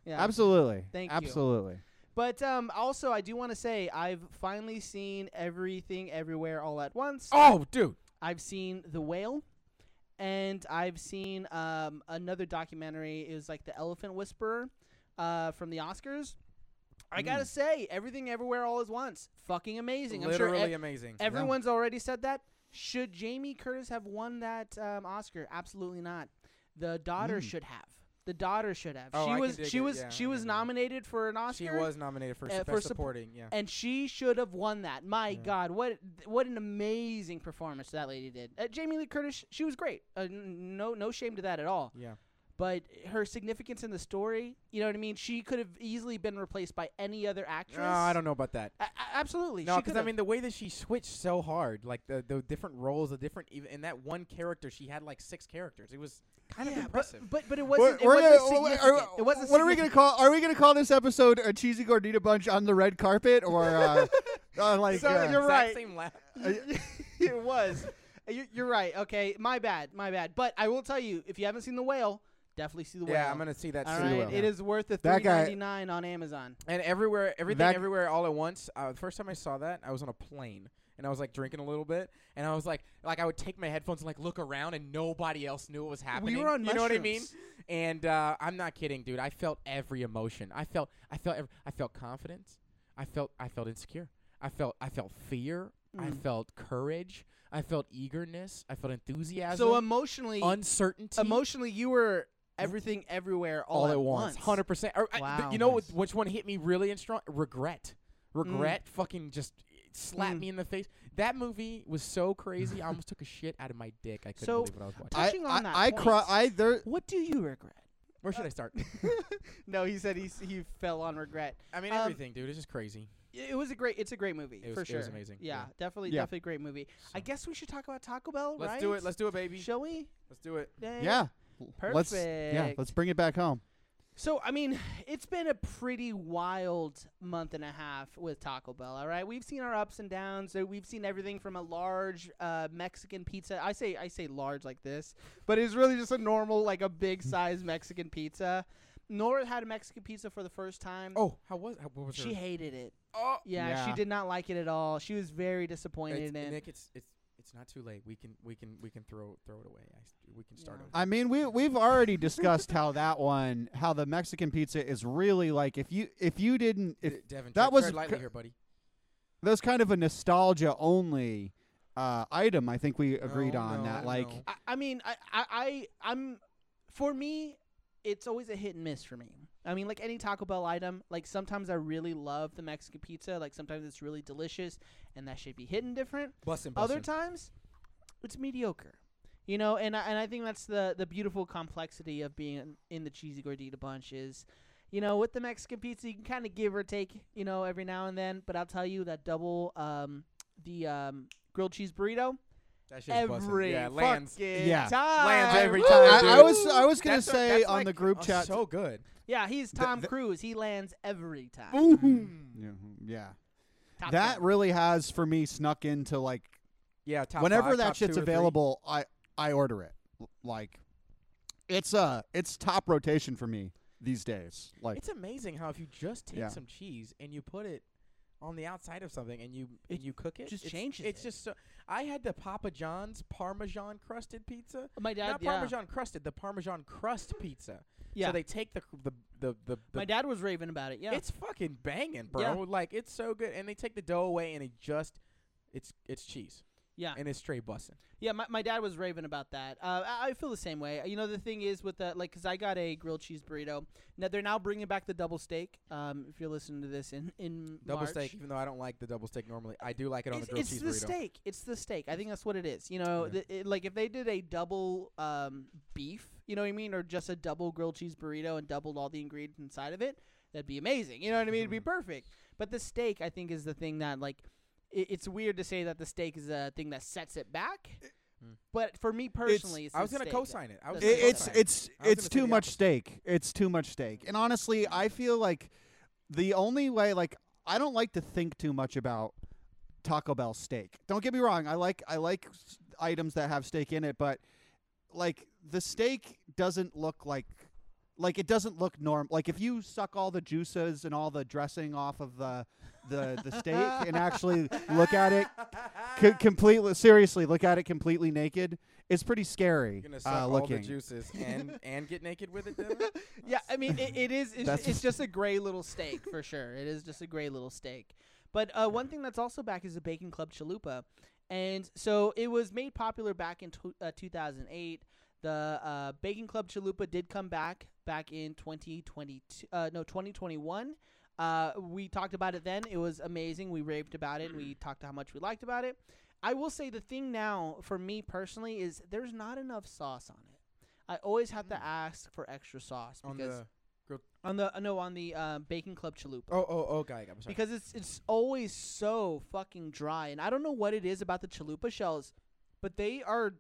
[SPEAKER 3] Yeah.
[SPEAKER 1] absolutely
[SPEAKER 3] Thank you.
[SPEAKER 1] absolutely
[SPEAKER 3] But um, also, I do want to say I've finally seen everything, everywhere, all at once.
[SPEAKER 2] oh, dude,
[SPEAKER 3] I've seen The Whale, and I've seen um, another documentary. It was like The Elephant Whisperer uh, from the Oscars. I
[SPEAKER 2] Hmm.
[SPEAKER 3] gotta say, everything, everywhere, all at once, fucking amazing. I'm sure
[SPEAKER 2] literally
[SPEAKER 3] ev-
[SPEAKER 2] amazing.
[SPEAKER 3] everyone's already said that. Should Jamie Curtis have won that um, Oscar? Absolutely not. The daughter
[SPEAKER 1] Mm.
[SPEAKER 3] should have. The daughter should have.
[SPEAKER 2] Hmm. Oh,
[SPEAKER 3] she
[SPEAKER 2] I can
[SPEAKER 3] was
[SPEAKER 2] dig
[SPEAKER 3] she
[SPEAKER 2] it.
[SPEAKER 3] was
[SPEAKER 2] Yeah,
[SPEAKER 3] she
[SPEAKER 2] I
[SPEAKER 3] was
[SPEAKER 2] can dig it.
[SPEAKER 3] nominated for an Oscar
[SPEAKER 2] she was nominated for,
[SPEAKER 3] Uh,
[SPEAKER 2] su-
[SPEAKER 3] for
[SPEAKER 2] best
[SPEAKER 3] supp-
[SPEAKER 2] supporting. Yeah,
[SPEAKER 3] and she should have won that. My
[SPEAKER 2] Yeah.
[SPEAKER 3] God, what what an amazing performance that lady did. Uh, Jamie Lee Curtis, she was great. Uh, n- no no shame to that at all.
[SPEAKER 2] yeah,
[SPEAKER 3] But her significance in the story, you know what I mean. She could have easily been replaced by any other actress.
[SPEAKER 2] no, I don't know about that.
[SPEAKER 3] A- a- absolutely.
[SPEAKER 2] No,
[SPEAKER 3] she
[SPEAKER 2] because I
[SPEAKER 3] could've.
[SPEAKER 2] mean the way that she switched so hard, like the the different roles, the different even in that one character, she had like six characters. It was kind of
[SPEAKER 3] Yeah,
[SPEAKER 2] impressive.
[SPEAKER 3] But, but but it wasn't. it wasn't significant. it wasn't
[SPEAKER 1] what are we gonna
[SPEAKER 3] significant.
[SPEAKER 1] call? Are we gonna call this episode a cheesy gordita bunch on the red carpet or uh, uh, like?
[SPEAKER 3] So
[SPEAKER 1] uh,
[SPEAKER 3] you're
[SPEAKER 2] Exact
[SPEAKER 3] right.
[SPEAKER 2] Same laugh.
[SPEAKER 3] it was. Uh, you- You're right. Okay, my bad, my bad. But I will tell you, if you haven't seen the whale, definitely see the whale.
[SPEAKER 2] Yeah, I'm gonna see that.
[SPEAKER 3] All
[SPEAKER 2] soon.
[SPEAKER 1] the
[SPEAKER 3] right,
[SPEAKER 1] whale.
[SPEAKER 3] it is worth the three
[SPEAKER 1] That guy-
[SPEAKER 3] ninety nine on Amazon.
[SPEAKER 2] And everywhere, everything,
[SPEAKER 1] That-
[SPEAKER 2] everywhere, all at once. Uh, the first time I saw that, I was on a plane and I was like drinking a little bit, and I was like, like I would take my headphones and like look around, and nobody else knew what was happening.
[SPEAKER 3] on
[SPEAKER 2] you know what I mean?
[SPEAKER 3] mushrooms.
[SPEAKER 2] And uh, I'm not kidding, dude. I felt every emotion. I felt, I felt, every, I felt confidence. I felt I felt insecure. I felt I felt fear. I
[SPEAKER 3] Mm.
[SPEAKER 2] felt courage. I felt eagerness. I felt enthusiasm.
[SPEAKER 3] So um, emotionally,
[SPEAKER 2] uncertainty.
[SPEAKER 3] emotionally, you were everything, everywhere, all,
[SPEAKER 2] all at once. Hundred percent.
[SPEAKER 3] Wow.
[SPEAKER 2] You know
[SPEAKER 1] Nice.
[SPEAKER 2] what- which one hit me really in strong? Regret. Regret. Fucking just slapped
[SPEAKER 3] Mm.
[SPEAKER 2] me in the face. That movie was so crazy. I almost took a shit out of my dick. I couldn't
[SPEAKER 3] So,
[SPEAKER 2] believe what I was watching.
[SPEAKER 3] touching
[SPEAKER 1] I,
[SPEAKER 3] on that
[SPEAKER 1] I, I cry.
[SPEAKER 3] point-
[SPEAKER 1] I there.
[SPEAKER 3] What do you regret?
[SPEAKER 2] Where should I start?
[SPEAKER 3] No, he said he s- he fell on regret.
[SPEAKER 2] I mean
[SPEAKER 3] Um,
[SPEAKER 2] everything, dude. It's just crazy.
[SPEAKER 3] It it was a great. It's a great movie
[SPEAKER 2] It was-
[SPEAKER 3] for
[SPEAKER 2] it
[SPEAKER 3] sure.
[SPEAKER 2] was amazing,
[SPEAKER 3] Yeah,
[SPEAKER 2] yeah.
[SPEAKER 3] definitely,
[SPEAKER 1] Yeah.
[SPEAKER 3] definitely a great movie. I
[SPEAKER 2] So-
[SPEAKER 3] guess we should talk about Taco Bell.
[SPEAKER 2] Let's
[SPEAKER 3] right?
[SPEAKER 2] do it. Let's do it, baby.
[SPEAKER 3] Shall we?
[SPEAKER 2] Let's do it.
[SPEAKER 1] Yeah. Let's, yeah.
[SPEAKER 3] Perfect.
[SPEAKER 1] Let's bring it back home.
[SPEAKER 3] So I mean, it's been a pretty wild month and a half with Taco Bell. All right, we've seen our ups and downs. So we've seen everything from a large uh, Mexican pizza. I say I say large like this, but it's really just a normal like a big size Mexican pizza. Nora had a Mexican pizza for the first time.
[SPEAKER 2] Oh, how was how, what was
[SPEAKER 3] Mm. she
[SPEAKER 2] her-
[SPEAKER 3] hated it.
[SPEAKER 2] Oh,
[SPEAKER 3] Yeah, she
[SPEAKER 1] Yeah.
[SPEAKER 3] did not like it at all. She was very disappointed
[SPEAKER 2] it's,
[SPEAKER 3] in it.
[SPEAKER 2] Nick, it's it's it's not too late. We can we can we can throw throw it away. I s we can start
[SPEAKER 3] Yeah.
[SPEAKER 2] over.
[SPEAKER 1] I mean, we we've already discussed how that one, how the Mexican pizza is really like if you if you didn't if
[SPEAKER 2] D- Devin,
[SPEAKER 1] that
[SPEAKER 2] tread,
[SPEAKER 1] was
[SPEAKER 2] tread lightly
[SPEAKER 1] cr-
[SPEAKER 2] here, buddy.
[SPEAKER 1] that's kind of a nostalgia only uh, item. I think we agreed
[SPEAKER 3] Oh,
[SPEAKER 2] No,
[SPEAKER 1] on
[SPEAKER 2] no,
[SPEAKER 1] that.
[SPEAKER 2] no.
[SPEAKER 1] Like,
[SPEAKER 3] I, I mean, I, I, I, I'm, for me, it's always a hit and miss for me. I mean, like any Taco Bell item, like sometimes I really love the Mexican pizza. Like sometimes it's really delicious, and that should be hidden different.
[SPEAKER 2] Bussin',
[SPEAKER 3] Other
[SPEAKER 2] bussin'.
[SPEAKER 3] times, it's mediocre. You know, and I, and I think that's the the beautiful complexity of being in, in the cheesy gordita bunch is, you know, with the Mexican pizza you can kind of give or take, you know, every now and then. But I'll tell you that double um the um grilled cheese burrito
[SPEAKER 2] That shit's bussin'.
[SPEAKER 3] every
[SPEAKER 2] yeah, lands.
[SPEAKER 3] fucking
[SPEAKER 1] Yeah.
[SPEAKER 3] time.
[SPEAKER 2] Ah, Lands every
[SPEAKER 3] Woo!
[SPEAKER 2] time,
[SPEAKER 1] I,
[SPEAKER 2] dude.
[SPEAKER 1] I was I was gonna
[SPEAKER 2] That's a-
[SPEAKER 1] say
[SPEAKER 2] that's
[SPEAKER 1] on
[SPEAKER 2] like-
[SPEAKER 1] the group
[SPEAKER 2] oh,
[SPEAKER 1] chat.
[SPEAKER 2] So good.
[SPEAKER 3] Yeah, he's Tom
[SPEAKER 1] the-
[SPEAKER 3] Cruise. He lands every time.
[SPEAKER 1] yeah, Mm-hmm. yeah.
[SPEAKER 3] Top
[SPEAKER 1] that
[SPEAKER 3] gun.
[SPEAKER 1] really has for me snuck into like
[SPEAKER 2] Yeah, top
[SPEAKER 1] whenever
[SPEAKER 2] five,
[SPEAKER 1] that
[SPEAKER 2] top
[SPEAKER 1] shit's
[SPEAKER 2] two or three.
[SPEAKER 1] available, I I order it. L- Like, it's uh it's top rotation for me these days. Like,
[SPEAKER 2] It's amazing how if you just take
[SPEAKER 1] Yeah.
[SPEAKER 2] some cheese and you put it on the outside of something and you
[SPEAKER 3] It
[SPEAKER 2] and you cook it,
[SPEAKER 3] just
[SPEAKER 2] it's,
[SPEAKER 3] changes
[SPEAKER 2] It's
[SPEAKER 3] it.
[SPEAKER 2] just so. I had the Papa John's Parmesan crusted pizza.
[SPEAKER 3] My dad.
[SPEAKER 2] Not
[SPEAKER 3] yeah.
[SPEAKER 2] Parmesan crusted, the Parmesan crust pizza.
[SPEAKER 3] Yeah.
[SPEAKER 2] So they take the cr- the the the, the
[SPEAKER 3] My dad was raving about it. Yeah.
[SPEAKER 2] It's fucking banging, bro. Like it's so good, and they take the dough away, and it just, it's it's cheese,
[SPEAKER 3] yeah.
[SPEAKER 2] and it's straight bussin'.
[SPEAKER 3] Yeah. My, my dad was raving about that. Uh, I, I feel the same way. You know, the thing is with the like, 'cause I got a grilled cheese burrito. Now they're now bringing back the double steak. Um, if you're listening to this in in
[SPEAKER 2] Double
[SPEAKER 3] March.
[SPEAKER 2] steak, even though I don't like the double steak normally, I do like it on
[SPEAKER 3] it's,
[SPEAKER 2] the grilled
[SPEAKER 3] it's
[SPEAKER 2] cheese
[SPEAKER 3] the
[SPEAKER 2] burrito.
[SPEAKER 3] steak. It's the steak. I think that's what it is. You know,
[SPEAKER 2] Yeah.
[SPEAKER 3] the, it, like if they did a double um, beef, you know what I mean, or just a double grilled cheese burrito and doubled all the ingredients inside of it, that'd be amazing. You know what I mean? It'd be
[SPEAKER 2] Mhm.
[SPEAKER 3] perfect. But the steak, I think, is the thing that like it, it's weird to say that the steak is a thing that sets it back.
[SPEAKER 2] Mm.
[SPEAKER 3] But for me personally, it's,
[SPEAKER 2] I
[SPEAKER 3] the
[SPEAKER 2] was gonna
[SPEAKER 3] steak that-
[SPEAKER 2] co-sign it. I was
[SPEAKER 1] I-
[SPEAKER 3] That's
[SPEAKER 2] gonna
[SPEAKER 3] what
[SPEAKER 1] it's
[SPEAKER 3] I'm
[SPEAKER 2] co-sign it.
[SPEAKER 1] it's
[SPEAKER 2] I was
[SPEAKER 1] it's
[SPEAKER 2] gonna say
[SPEAKER 1] too
[SPEAKER 2] the
[SPEAKER 1] much
[SPEAKER 2] opposite.
[SPEAKER 1] steak. It's too much steak. And honestly, I feel like the only way like I don't like to think too much about Taco Bell steak. Don't get me wrong. I like I like s- items that have steak in it, but like the steak doesn't look like like it doesn't look norm. Like if you suck all the juices and all the dressing off of the the the steak and actually look at it c- completely seriously, look at it completely naked. It's pretty scary
[SPEAKER 2] You're gonna suck
[SPEAKER 1] uh,
[SPEAKER 2] all the
[SPEAKER 1] looking.
[SPEAKER 2] juices and and get naked with it. Devin?
[SPEAKER 3] Yeah, I mean it, it is. It's,
[SPEAKER 1] That's-
[SPEAKER 3] it's just a gray little steak for sure. It is just a gray little steak. But uh, one thing that's also back is the Bacon Club Chalupa, and so it was made popular back in tw uh, 2008. The uh, Bacon Club Chalupa did come back back in 2022. Uh, no, 2021. Uh, we talked about it then. It was amazing. We raved about it. We talked how much we liked about it. I will say the thing now for me personally is there's not enough sauce on it. I always have to
[SPEAKER 2] Mm.
[SPEAKER 3] ask for extra sauce
[SPEAKER 2] on
[SPEAKER 3] uh, because
[SPEAKER 2] the
[SPEAKER 3] on the uh, no on the um, Bacon Club Chalupa
[SPEAKER 2] oh oh oh guy, I'm sorry.
[SPEAKER 3] because it's it's always so fucking dry and I don't know what it is about the chalupa shells, but they are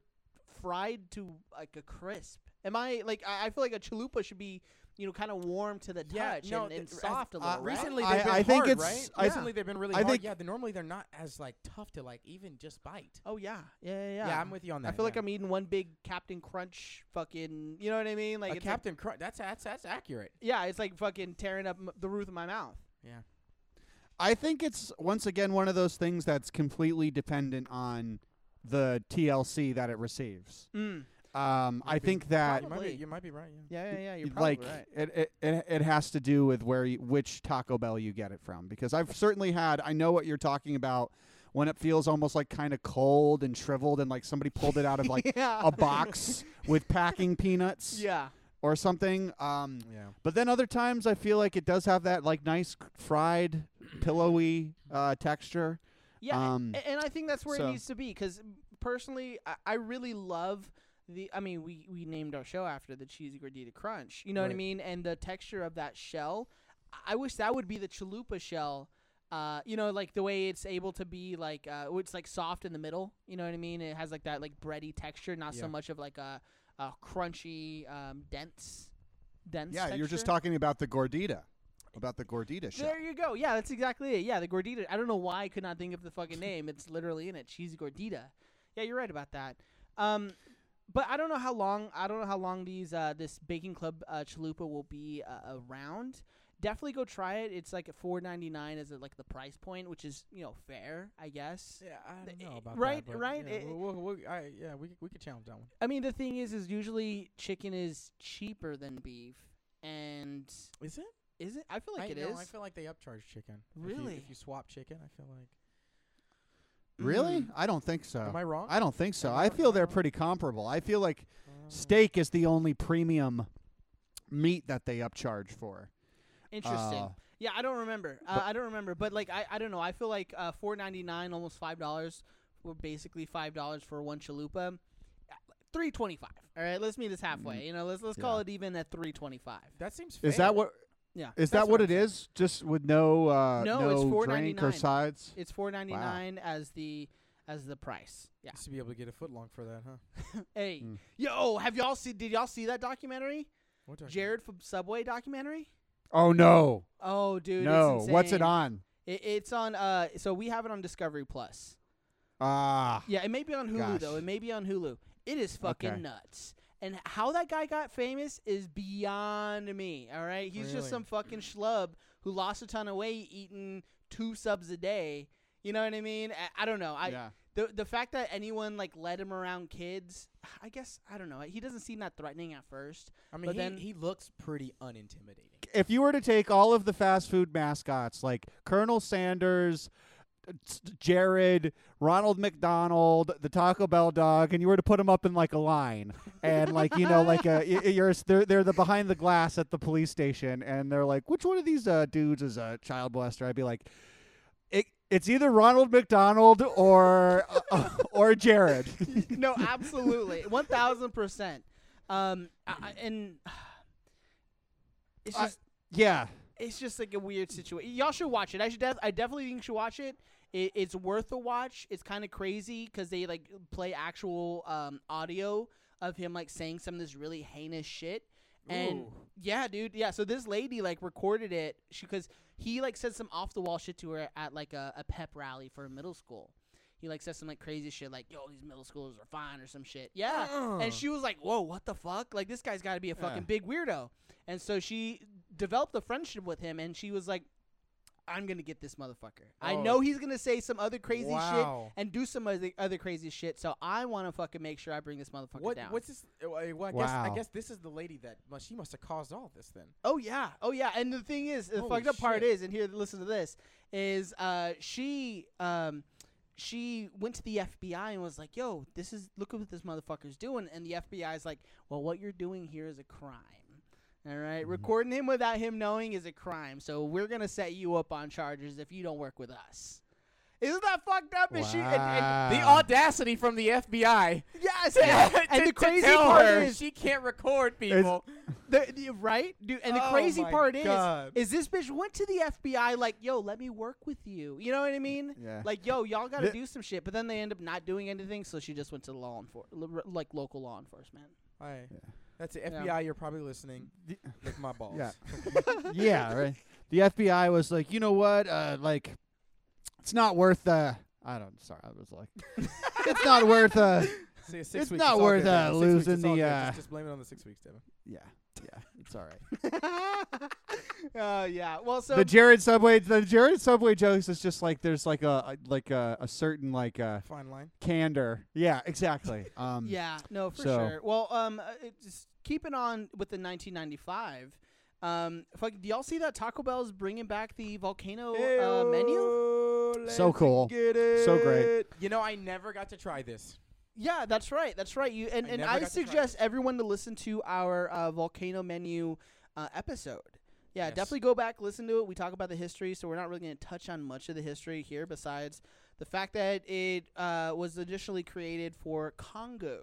[SPEAKER 3] fried to like a crisp. Am I like I, I feel like a chalupa should be you know kind of warm to the
[SPEAKER 2] Yeah,
[SPEAKER 3] touch
[SPEAKER 2] no,
[SPEAKER 3] and, and
[SPEAKER 2] th- as-
[SPEAKER 3] soft a
[SPEAKER 1] uh,
[SPEAKER 3] little. right?
[SPEAKER 2] recently
[SPEAKER 1] I-
[SPEAKER 2] they've been
[SPEAKER 1] I think
[SPEAKER 2] hard,
[SPEAKER 1] it's-
[SPEAKER 2] right?
[SPEAKER 1] I-
[SPEAKER 2] recently they've been really
[SPEAKER 1] I
[SPEAKER 2] hard.
[SPEAKER 1] think-
[SPEAKER 2] yeah, they're normally they're not as like tough to like even just bite.
[SPEAKER 3] oh yeah, yeah, yeah.
[SPEAKER 2] Yeah,
[SPEAKER 3] yeah.
[SPEAKER 2] I'm with you on
[SPEAKER 3] I
[SPEAKER 2] that.
[SPEAKER 3] feel like
[SPEAKER 2] yeah.
[SPEAKER 3] I'm eating one big Captain Crunch fucking. You know what I mean? Like
[SPEAKER 2] a
[SPEAKER 3] it's like-
[SPEAKER 2] Captain Crunch. That's that's that's accurate.
[SPEAKER 3] yeah, it's like fucking tearing up m- the roof of my mouth.
[SPEAKER 1] I think it's once again one of those things that's completely dependent on the TLC that it receives.
[SPEAKER 3] Mm.
[SPEAKER 1] Um, I
[SPEAKER 2] Maybe.
[SPEAKER 1] think that
[SPEAKER 2] You might, be,
[SPEAKER 3] Probably.
[SPEAKER 2] you might be right. Yeah.
[SPEAKER 3] Yeah, yeah, yeah. You're
[SPEAKER 1] y-
[SPEAKER 3] probably
[SPEAKER 1] like
[SPEAKER 3] right.
[SPEAKER 1] it, it it it has to do with where you, which Taco Bell you get it from because I've certainly had I know what you're talking about when it feels almost like kind of cold and shriveled and like somebody pulled it out of like
[SPEAKER 3] yeah.
[SPEAKER 1] a box with packing peanuts
[SPEAKER 3] Yeah.
[SPEAKER 1] or something um
[SPEAKER 2] Yeah.
[SPEAKER 1] but then other times I feel like it does have that like nice c- fried pillowy uh texture
[SPEAKER 3] Yeah.
[SPEAKER 1] um
[SPEAKER 3] A- and I think that's where
[SPEAKER 1] So-
[SPEAKER 3] it needs to be because personally, I, I really love the. I mean, we we named our show after the cheesy gordita crunch. You know what I
[SPEAKER 2] Right.
[SPEAKER 3] mean? And the texture of that shell. I- I wish that would be the chalupa shell. Uh, you know, like the way it's able to be like uh, it's like soft in the middle. You know what I mean? It has like that like bready texture, not
[SPEAKER 2] Yeah.
[SPEAKER 3] so much of like a, a crunchy, um, dense, dense.
[SPEAKER 1] yeah you're just
[SPEAKER 3] texture.
[SPEAKER 1] talking about the gordita about the gordita shell
[SPEAKER 3] There you go. Yeah, that's exactly it. Yeah, the gordita. I don't know why I could not think of the fucking name. It's literally in it. Cheesy gordita. Yeah, you're right about that. Um, but I don't know how long. I don't know how long these uh, this baking club uh, chalupa will be uh, around. Definitely go try it. It's like at four ninety nine as a, like the price point, which is you know fair, I guess.
[SPEAKER 2] Yeah, I
[SPEAKER 3] The-
[SPEAKER 2] don't know about
[SPEAKER 3] eh, right,
[SPEAKER 2] that. but
[SPEAKER 3] right, eh,
[SPEAKER 2] Yeah,
[SPEAKER 3] it-
[SPEAKER 2] we'll, we'll, we'll, I, yeah, we could- we could challenge that one.
[SPEAKER 3] I mean, the thing is, is usually chicken is cheaper than beef, and
[SPEAKER 2] Is it?
[SPEAKER 3] is it? I feel like
[SPEAKER 2] I,
[SPEAKER 3] it is.
[SPEAKER 2] no, I feel like they upcharge chicken. If you- If
[SPEAKER 3] Really?
[SPEAKER 2] you, swap chicken, I feel like.
[SPEAKER 1] really
[SPEAKER 3] Mm.
[SPEAKER 1] I don't think so
[SPEAKER 2] Am I wrong?
[SPEAKER 1] Oh. I don't think so.
[SPEAKER 2] Am I
[SPEAKER 1] I
[SPEAKER 2] wrong?
[SPEAKER 1] feel
[SPEAKER 2] Am I
[SPEAKER 1] they're
[SPEAKER 2] wrong?
[SPEAKER 1] pretty comparable. I feel like
[SPEAKER 2] Uh,
[SPEAKER 1] steak is the only premium meat that they upcharge for.
[SPEAKER 3] Interesting.
[SPEAKER 1] Uh,
[SPEAKER 3] Yeah, I don't remember. Uh, I don't remember, but like I, I don't know. I feel like uh, four ninety nine, almost five dollars, were basically five dollars for one chalupa. Three twenty five. All right, let's meet us halfway. You know, let's let's call
[SPEAKER 1] Mm-hmm. Yeah.
[SPEAKER 3] it even at three twenty five.
[SPEAKER 2] That seems. Fair.
[SPEAKER 1] Is that what?
[SPEAKER 3] Yeah,
[SPEAKER 1] Is
[SPEAKER 2] that's
[SPEAKER 1] that what,
[SPEAKER 2] what
[SPEAKER 1] it
[SPEAKER 2] I'm saying.
[SPEAKER 1] is? Just with no uh,
[SPEAKER 3] No, it's
[SPEAKER 1] drink or
[SPEAKER 3] $4.99.
[SPEAKER 1] sides.
[SPEAKER 3] It's four ninety nine as the as the price. Yeah.
[SPEAKER 2] Used to be able to get a foot long for that, huh?
[SPEAKER 3] Hey,
[SPEAKER 1] Mm.
[SPEAKER 3] yo, have y'all seen? Did y'all see that documentary?
[SPEAKER 2] What are you-
[SPEAKER 3] Jared from Subway documentary.
[SPEAKER 1] Oh no,
[SPEAKER 3] Oh, dude.
[SPEAKER 1] no.
[SPEAKER 3] It's
[SPEAKER 1] What's it
[SPEAKER 3] insane.
[SPEAKER 1] on?
[SPEAKER 3] It, it's on. Uh, so we have it on Discovery Plus.
[SPEAKER 1] Ah,
[SPEAKER 3] Yeah, it may be on Hulu though.
[SPEAKER 1] Gosh.
[SPEAKER 3] It may be on Hulu. It is fucking
[SPEAKER 1] Okay.
[SPEAKER 3] nuts. And how that guy got famous is beyond me. All right, he's just
[SPEAKER 2] Really?
[SPEAKER 3] some fucking schlub who lost a ton of weight eating two subs a day. You know what I mean? I, I don't know. I
[SPEAKER 1] yeah.
[SPEAKER 3] the the fact that anyone like led him around kids, I guess I don't know. He doesn't seem that threatening at first.
[SPEAKER 2] I mean,
[SPEAKER 3] but
[SPEAKER 2] he,
[SPEAKER 3] then-
[SPEAKER 2] he looks pretty unintimidating.
[SPEAKER 1] If you were to take all of the fast food mascots like Colonel Sanders. uh, s- Jared, Ronald McDonald, the Taco Bell dog, and you were to put them up in like a line, and like you know, like a y- y- you're s- they're they're the behind the glass at the police station, and they're like, which one of these uh, dudes is a child molester? I'd be like, it, it's either Ronald McDonald or uh, or Jared.
[SPEAKER 3] no, absolutely, one thousand percent. Um, I, I- and it's
[SPEAKER 1] I-
[SPEAKER 3] just
[SPEAKER 1] yeah,
[SPEAKER 3] it's just like a weird situation. Y'all should watch it. I should. Def- I definitely think you should watch it. it it's worth a watch. It's kind of crazy because they like play actual um, audio of him like saying some of this really heinous shit. And
[SPEAKER 2] Ooh.
[SPEAKER 3] yeah, dude. Yeah. So this lady like recorded it because he like said some off the wall shit to her at like a, a pep rally for a middle school. He like said some like crazy shit like yo these middle schoolers are fine or some shit. Yeah
[SPEAKER 2] Uh.
[SPEAKER 3] and she was like, "Whoa, what the fuck? Like this guy's got to be a
[SPEAKER 1] Yeah.
[SPEAKER 3] fucking big weirdo." And so she developed a friendship with him, and she was like, "I'm gonna get this motherfucker. I
[SPEAKER 2] Oh.
[SPEAKER 3] know he's gonna say some other crazy shit
[SPEAKER 2] Wow.
[SPEAKER 3] and do some other, other crazy shit. So I want to fucking make sure I bring this motherfucker
[SPEAKER 2] What,
[SPEAKER 3] down."
[SPEAKER 2] what's this? uh, Well, I guess I
[SPEAKER 1] Wow.
[SPEAKER 2] guess this is the lady that well, she must have caused all this then.
[SPEAKER 3] oh yeah, oh yeah. And the thing is, the
[SPEAKER 2] Holy
[SPEAKER 3] fucked up part
[SPEAKER 2] shit.
[SPEAKER 3] is, and here, listen to this, is uh, she um. She went to the FBI and was like, "Yo, this is look at what this motherfucker's doing." And the FBI's like, "Well, what you're doing here is a crime." All right?
[SPEAKER 2] Mm-hmm.
[SPEAKER 1] Mhm.
[SPEAKER 3] recording him without him knowing is a crime. So we're gonna set you up on charges if you don't work with us. Isn't that fucked up? And she, and, and
[SPEAKER 2] The
[SPEAKER 1] Wow.
[SPEAKER 2] audacity from the FBI.
[SPEAKER 3] yes,
[SPEAKER 2] to-
[SPEAKER 3] and, and
[SPEAKER 2] to
[SPEAKER 3] the crazy
[SPEAKER 2] tell
[SPEAKER 3] part
[SPEAKER 2] her
[SPEAKER 3] is,
[SPEAKER 2] she can't record people.
[SPEAKER 3] the, the- right, dude. And the
[SPEAKER 2] Oh
[SPEAKER 3] crazy
[SPEAKER 2] my
[SPEAKER 3] part
[SPEAKER 2] God.
[SPEAKER 3] is, is this bitch went to the FBI like, "Yo, let me work with you." You know what I mean?
[SPEAKER 1] yeah.
[SPEAKER 3] Like, yo, y'all gotta
[SPEAKER 1] Th-
[SPEAKER 3] do some shit. But then they end up not doing anything, so she just went to the law enfor- like local law enforcement.
[SPEAKER 2] Aye.
[SPEAKER 1] Yeah.
[SPEAKER 2] That's it.
[SPEAKER 3] Yeah.
[SPEAKER 2] FBI, you're probably listening.
[SPEAKER 1] The-
[SPEAKER 2] Lick my balls.
[SPEAKER 1] Yeah. yeah, right. The FBI was like, you know what? Uh, like, it's not worth the. I don't. Sorry, I was like, it's not worth uh
[SPEAKER 2] See, six
[SPEAKER 1] It's
[SPEAKER 2] weeks,
[SPEAKER 1] not
[SPEAKER 2] all
[SPEAKER 1] worth,
[SPEAKER 2] good,
[SPEAKER 1] uh,
[SPEAKER 2] Devin. Six weeks,
[SPEAKER 1] losing
[SPEAKER 2] it's all
[SPEAKER 1] the,
[SPEAKER 2] good.
[SPEAKER 1] uh,
[SPEAKER 2] just, just blame it on the six weeks, Devin.
[SPEAKER 1] Yeah. yeah, it's all right.
[SPEAKER 3] uh, yeah. Well, so
[SPEAKER 1] the Jared Subway, the Jared Subway jokes is just like there's like a like a, a certain like uh
[SPEAKER 2] Fine line.
[SPEAKER 1] candor. Yeah, exactly. Um,
[SPEAKER 3] yeah, no, for
[SPEAKER 1] so-
[SPEAKER 3] sure. Well, um, uh, it- just keeping on with the 1995. Um, fuck, do y'all see that Taco Bell's bringing back the volcano uh, menu?
[SPEAKER 1] So cool. So great.
[SPEAKER 2] You know, I never got to try this.
[SPEAKER 3] Yeah, that's right. That's right. You and,
[SPEAKER 2] I
[SPEAKER 3] and
[SPEAKER 2] never
[SPEAKER 3] I
[SPEAKER 2] got to try
[SPEAKER 3] suggest everyone to listen to our uh, volcano menu uh, episode. Yeah,
[SPEAKER 2] Yes.
[SPEAKER 3] definitely go back, listen to it. We talk about the history, so we're not really going to touch on much of the history here, besides the fact that it uh, was initially created for Congo.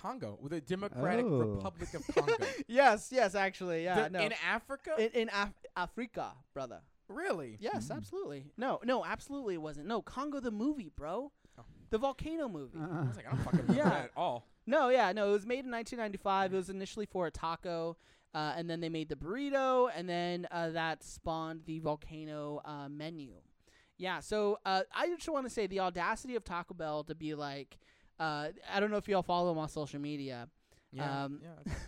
[SPEAKER 2] Congo, the Democratic
[SPEAKER 1] Oh.
[SPEAKER 2] Republic of Congo.
[SPEAKER 3] Yes, yes, actually, yeah,
[SPEAKER 2] The-
[SPEAKER 3] no,
[SPEAKER 2] In Africa?
[SPEAKER 3] in, in Af- Africa, brother.
[SPEAKER 2] really?
[SPEAKER 3] Yes,
[SPEAKER 1] Mm.
[SPEAKER 3] absolutely. No, no, absolutely, it wasn't. No, Congo the movie, bro,
[SPEAKER 2] Oh.
[SPEAKER 3] the volcano movie.
[SPEAKER 2] I
[SPEAKER 1] Uh-uh.
[SPEAKER 2] was like, I don't fucking remember
[SPEAKER 3] Yeah.
[SPEAKER 2] that at all.
[SPEAKER 3] No, yeah, no. It was made in 1995. It was initially for a taco, uh, and then they made the burrito, and then uh, that spawned the volcano uh, menu. Yeah, so uh, I just want to say the audacity of Taco Bell to be like, uh, I don't know if y'all follow him on social media,
[SPEAKER 2] Yeah.
[SPEAKER 3] Um,
[SPEAKER 2] yeah. that's-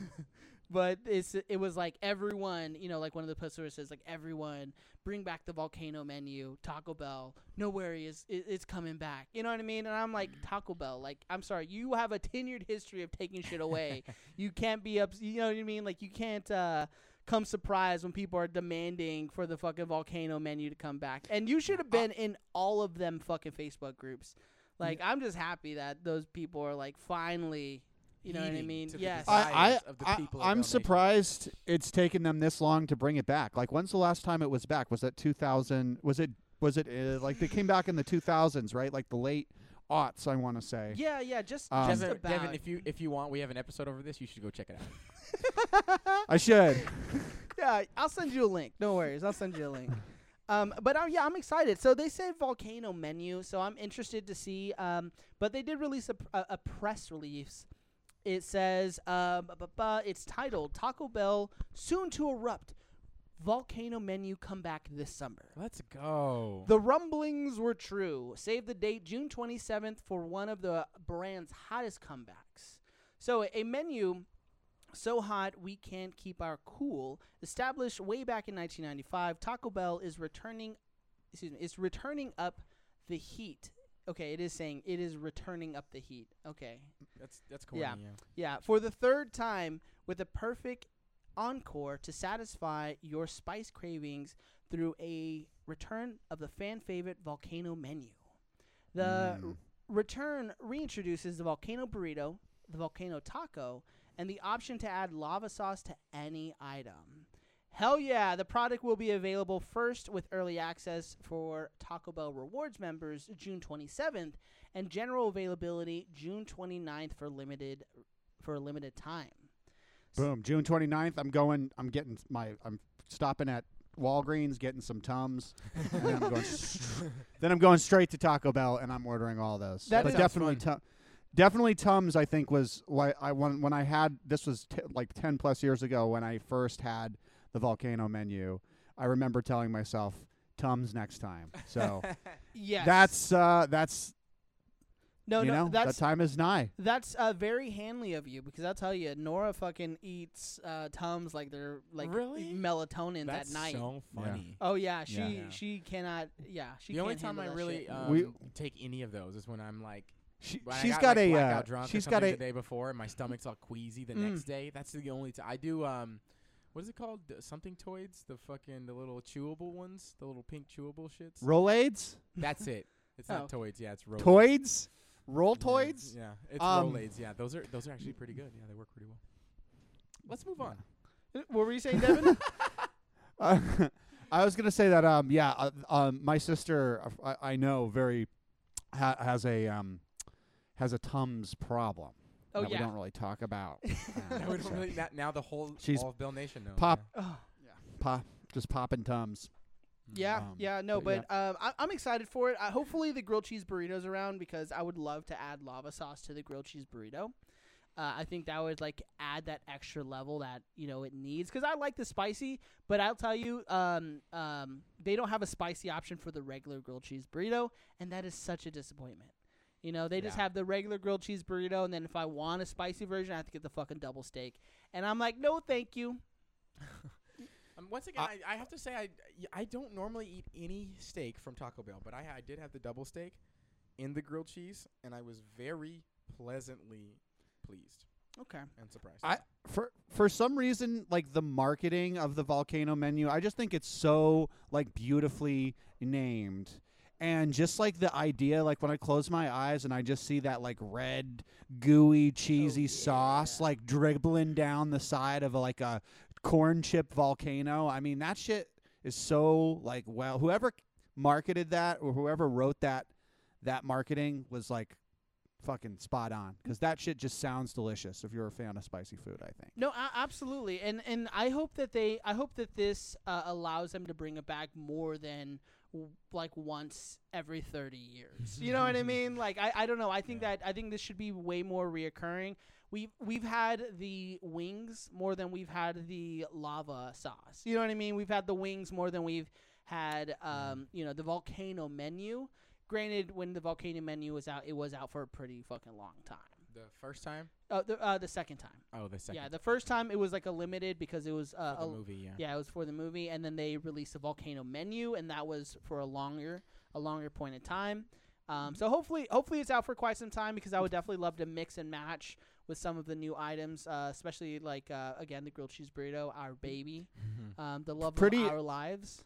[SPEAKER 3] but it's it was like everyone, you know, like one of the posts where it says like everyone bring back the volcano menu, Taco Bell. No worries, it, it's coming back. You know what I mean? And I'm like
[SPEAKER 2] Mm.
[SPEAKER 3] Taco Bell. Like I'm sorry, you have a tenured history of taking shit away. you can't be up. You know what I mean? Like you can't. uh Come surprised when people are demanding for the fucking volcano menu to come back, and you should have been in all of them fucking Facebook groups. Like, I'm just happy that those people are like finally, you know what I
[SPEAKER 2] Heeding
[SPEAKER 3] mean?
[SPEAKER 2] to the
[SPEAKER 3] Yes,
[SPEAKER 2] desire.
[SPEAKER 1] I,
[SPEAKER 2] desires of the
[SPEAKER 1] I,
[SPEAKER 2] people of
[SPEAKER 1] I
[SPEAKER 2] Bell
[SPEAKER 1] I'm
[SPEAKER 2] Nation.
[SPEAKER 1] surprised it's taken them this long to bring it back. Like, when's the last time it was back? Was that 2000? Was it was it uh, like they came back in the 2000s, right? Like the late aughts, I want to say.
[SPEAKER 3] Yeah, yeah, just,
[SPEAKER 1] Um,
[SPEAKER 3] just
[SPEAKER 2] Devin,
[SPEAKER 3] about.
[SPEAKER 2] Devin, if you if you want, we have an episode over this. You should go check it out.
[SPEAKER 1] I should.
[SPEAKER 3] yeah, I'll send you a link. No worries, I'll send you a link. Um, but uh, yeah, I'm excited. So they said volcano menu, so I'm interested to see. Um, but they did release a, pr- a, a press release. It says, um, bu- bu- bu- it's titled Taco Bell soon to erupt, volcano menu comeback this summer.
[SPEAKER 2] Let's go.
[SPEAKER 3] The rumblings were true. Save the date, June 27th, for one of the brand's hottest comebacks. So, a menu so hot we can't keep our cool, established way back in 1995, Taco Bell is returning. Excuse me, is returning up the heat. Okay, it is saying it is returning up the heat. Okay,
[SPEAKER 2] that's that's cool.
[SPEAKER 3] Yeah. yeah, for the third time with a perfect encore to satisfy your spice cravings through a return of the fan favorite volcano menu. The r-
[SPEAKER 1] Mm.
[SPEAKER 3] return reintroduces the volcano burrito, the volcano taco, and the option to add lava sauce to any item. Hell yeah, the product will be available first with early access for Taco Bell Rewards members June 27th and general availability June 29th for limited for a limited time.
[SPEAKER 1] Boom. June 29th. I'm going. I'm getting my. I'm stopping at Walgreens, getting some tums, and then I'm going. str- then I'm going straight to Taco Bell, and I'm ordering all those.
[SPEAKER 3] That
[SPEAKER 1] but
[SPEAKER 3] sounds
[SPEAKER 1] definitely, Tum- definitely tums. I think was like I when when I had this was t- like 10 plus years ago when I first had the volcano menu. I remember telling myself tums next time. So
[SPEAKER 3] Yes.
[SPEAKER 1] that's uh that's
[SPEAKER 3] no
[SPEAKER 1] you
[SPEAKER 3] no
[SPEAKER 1] know
[SPEAKER 3] that's
[SPEAKER 1] that time is nigh.
[SPEAKER 3] that's uh, very handly of you because I'll tell you Nora fucking eats uh, tums like they're like
[SPEAKER 2] Really?
[SPEAKER 3] melatonin
[SPEAKER 2] that's
[SPEAKER 3] that night.
[SPEAKER 2] so
[SPEAKER 1] Yeah.
[SPEAKER 2] funny.
[SPEAKER 3] Oh yeah, she
[SPEAKER 1] Yeah.
[SPEAKER 2] Yeah.
[SPEAKER 3] she cannot. Yeah, she.
[SPEAKER 2] the only
[SPEAKER 3] can't
[SPEAKER 2] time I
[SPEAKER 3] handle that
[SPEAKER 2] really
[SPEAKER 3] shit.
[SPEAKER 2] um,
[SPEAKER 1] We-
[SPEAKER 2] take any of those is when I'm like
[SPEAKER 1] She,
[SPEAKER 2] when
[SPEAKER 1] she's got,
[SPEAKER 2] I got, like,
[SPEAKER 1] a
[SPEAKER 2] blackout
[SPEAKER 1] uh,
[SPEAKER 2] drunk
[SPEAKER 1] she's
[SPEAKER 2] or
[SPEAKER 1] got
[SPEAKER 2] something
[SPEAKER 1] a
[SPEAKER 2] the day before, and my stomach's all queasy the
[SPEAKER 3] Mm.
[SPEAKER 2] next day. That's the only time I do. Um, what is it called? The something toids? The fucking the little chewable ones, the little pink chewable shits.
[SPEAKER 1] Rolades,
[SPEAKER 2] That's it. It's not
[SPEAKER 3] Oh.
[SPEAKER 2] toids. Yeah, it's Rolades.
[SPEAKER 1] toids,
[SPEAKER 2] Yeah,
[SPEAKER 1] Roltoids.
[SPEAKER 2] Yeah, it's
[SPEAKER 1] Um,
[SPEAKER 2] Rolades. Yeah, those are those are actually pretty good. Yeah, they work pretty well. Let's move on.
[SPEAKER 3] what were you saying, Devin?
[SPEAKER 1] Uh, I was gonna say that. Um, yeah. Uh, um, my sister, uh, I, I know, very ha- has a um has a tums problem
[SPEAKER 3] Oh,
[SPEAKER 1] that
[SPEAKER 3] yeah.
[SPEAKER 1] we don't really talk about. Uh,
[SPEAKER 2] Now we
[SPEAKER 1] so
[SPEAKER 2] don't really, now, now the whole
[SPEAKER 1] She's
[SPEAKER 2] all of Bell Nation knows.
[SPEAKER 1] pop-
[SPEAKER 3] Oh,
[SPEAKER 1] pop- just popping tums.
[SPEAKER 2] Mm.
[SPEAKER 3] yeah,
[SPEAKER 1] Um,
[SPEAKER 3] yeah, no,
[SPEAKER 1] but
[SPEAKER 3] but um, I, I'm excited for it. Uh, hopefully, the grilled cheese burrito's around because I would love to add lava sauce to the grilled cheese burrito. Uh, I think that would like add that extra level that you know it needs because I like the spicy, but I'll tell you, um, um, they don't have a spicy option for the regular grilled cheese burrito, and that is such a disappointment. You know, they just
[SPEAKER 2] Yeah.
[SPEAKER 3] have the regular grilled cheese burrito, and then if I want a spicy version, I have to get the fucking double steak. And I'm like, no, thank you.
[SPEAKER 2] Um, once again, I, I have to say I I don't normally eat any steak from Taco Bell, but I, ha- I did have the double steak in the grilled cheese, and I was very pleasantly pleased
[SPEAKER 3] Okay.
[SPEAKER 2] and surprised.
[SPEAKER 1] I- for for some reason like the marketing of the volcano menu i just think it's so like beautifully named and just like the idea like when i close my eyes and i just see that like red gooey cheesy sauce
[SPEAKER 2] yeah.
[SPEAKER 1] like dribbling down the side of like a corn chip volcano i mean that shit is so like well whoever marketed that or whoever wrote that that marketing was like fucking spot on because that shit just sounds delicious if you're a fan of spicy food i think
[SPEAKER 3] No, a- absolutely, and and I hope that they, I hope that this uh, allows them to bring it back more than w- like once every thirty years. You know what I mean? Like I, I don't know. I think
[SPEAKER 2] Yeah.
[SPEAKER 3] that I think this should be way more reoccurring. We've we've had the wings more than we've had the lava sauce. You know what I mean? We've had the wings more than we've had um you know the volcano menu. Granted, when the volcano menu was out, it was out for a pretty fucking long time.
[SPEAKER 2] the first time?
[SPEAKER 3] Uh, the uh, the second time.
[SPEAKER 2] Oh, the second.
[SPEAKER 3] Yeah, the first time it was like a limited because it was uh,
[SPEAKER 2] for the
[SPEAKER 3] a-
[SPEAKER 2] movie. Yeah.
[SPEAKER 3] yeah, it was for the movie, and then they released a volcano menu, and that was for a longer a longer point in time.
[SPEAKER 2] Mm-hmm.
[SPEAKER 3] Um, so hopefully, hopefully it's out for quite some time because I would definitely love to mix and match with some of the new items, uh, especially like uh, again the grilled cheese burrito,
[SPEAKER 2] Mm-hmm.
[SPEAKER 3] our baby, um, the love
[SPEAKER 1] Pretty-
[SPEAKER 3] of our lives.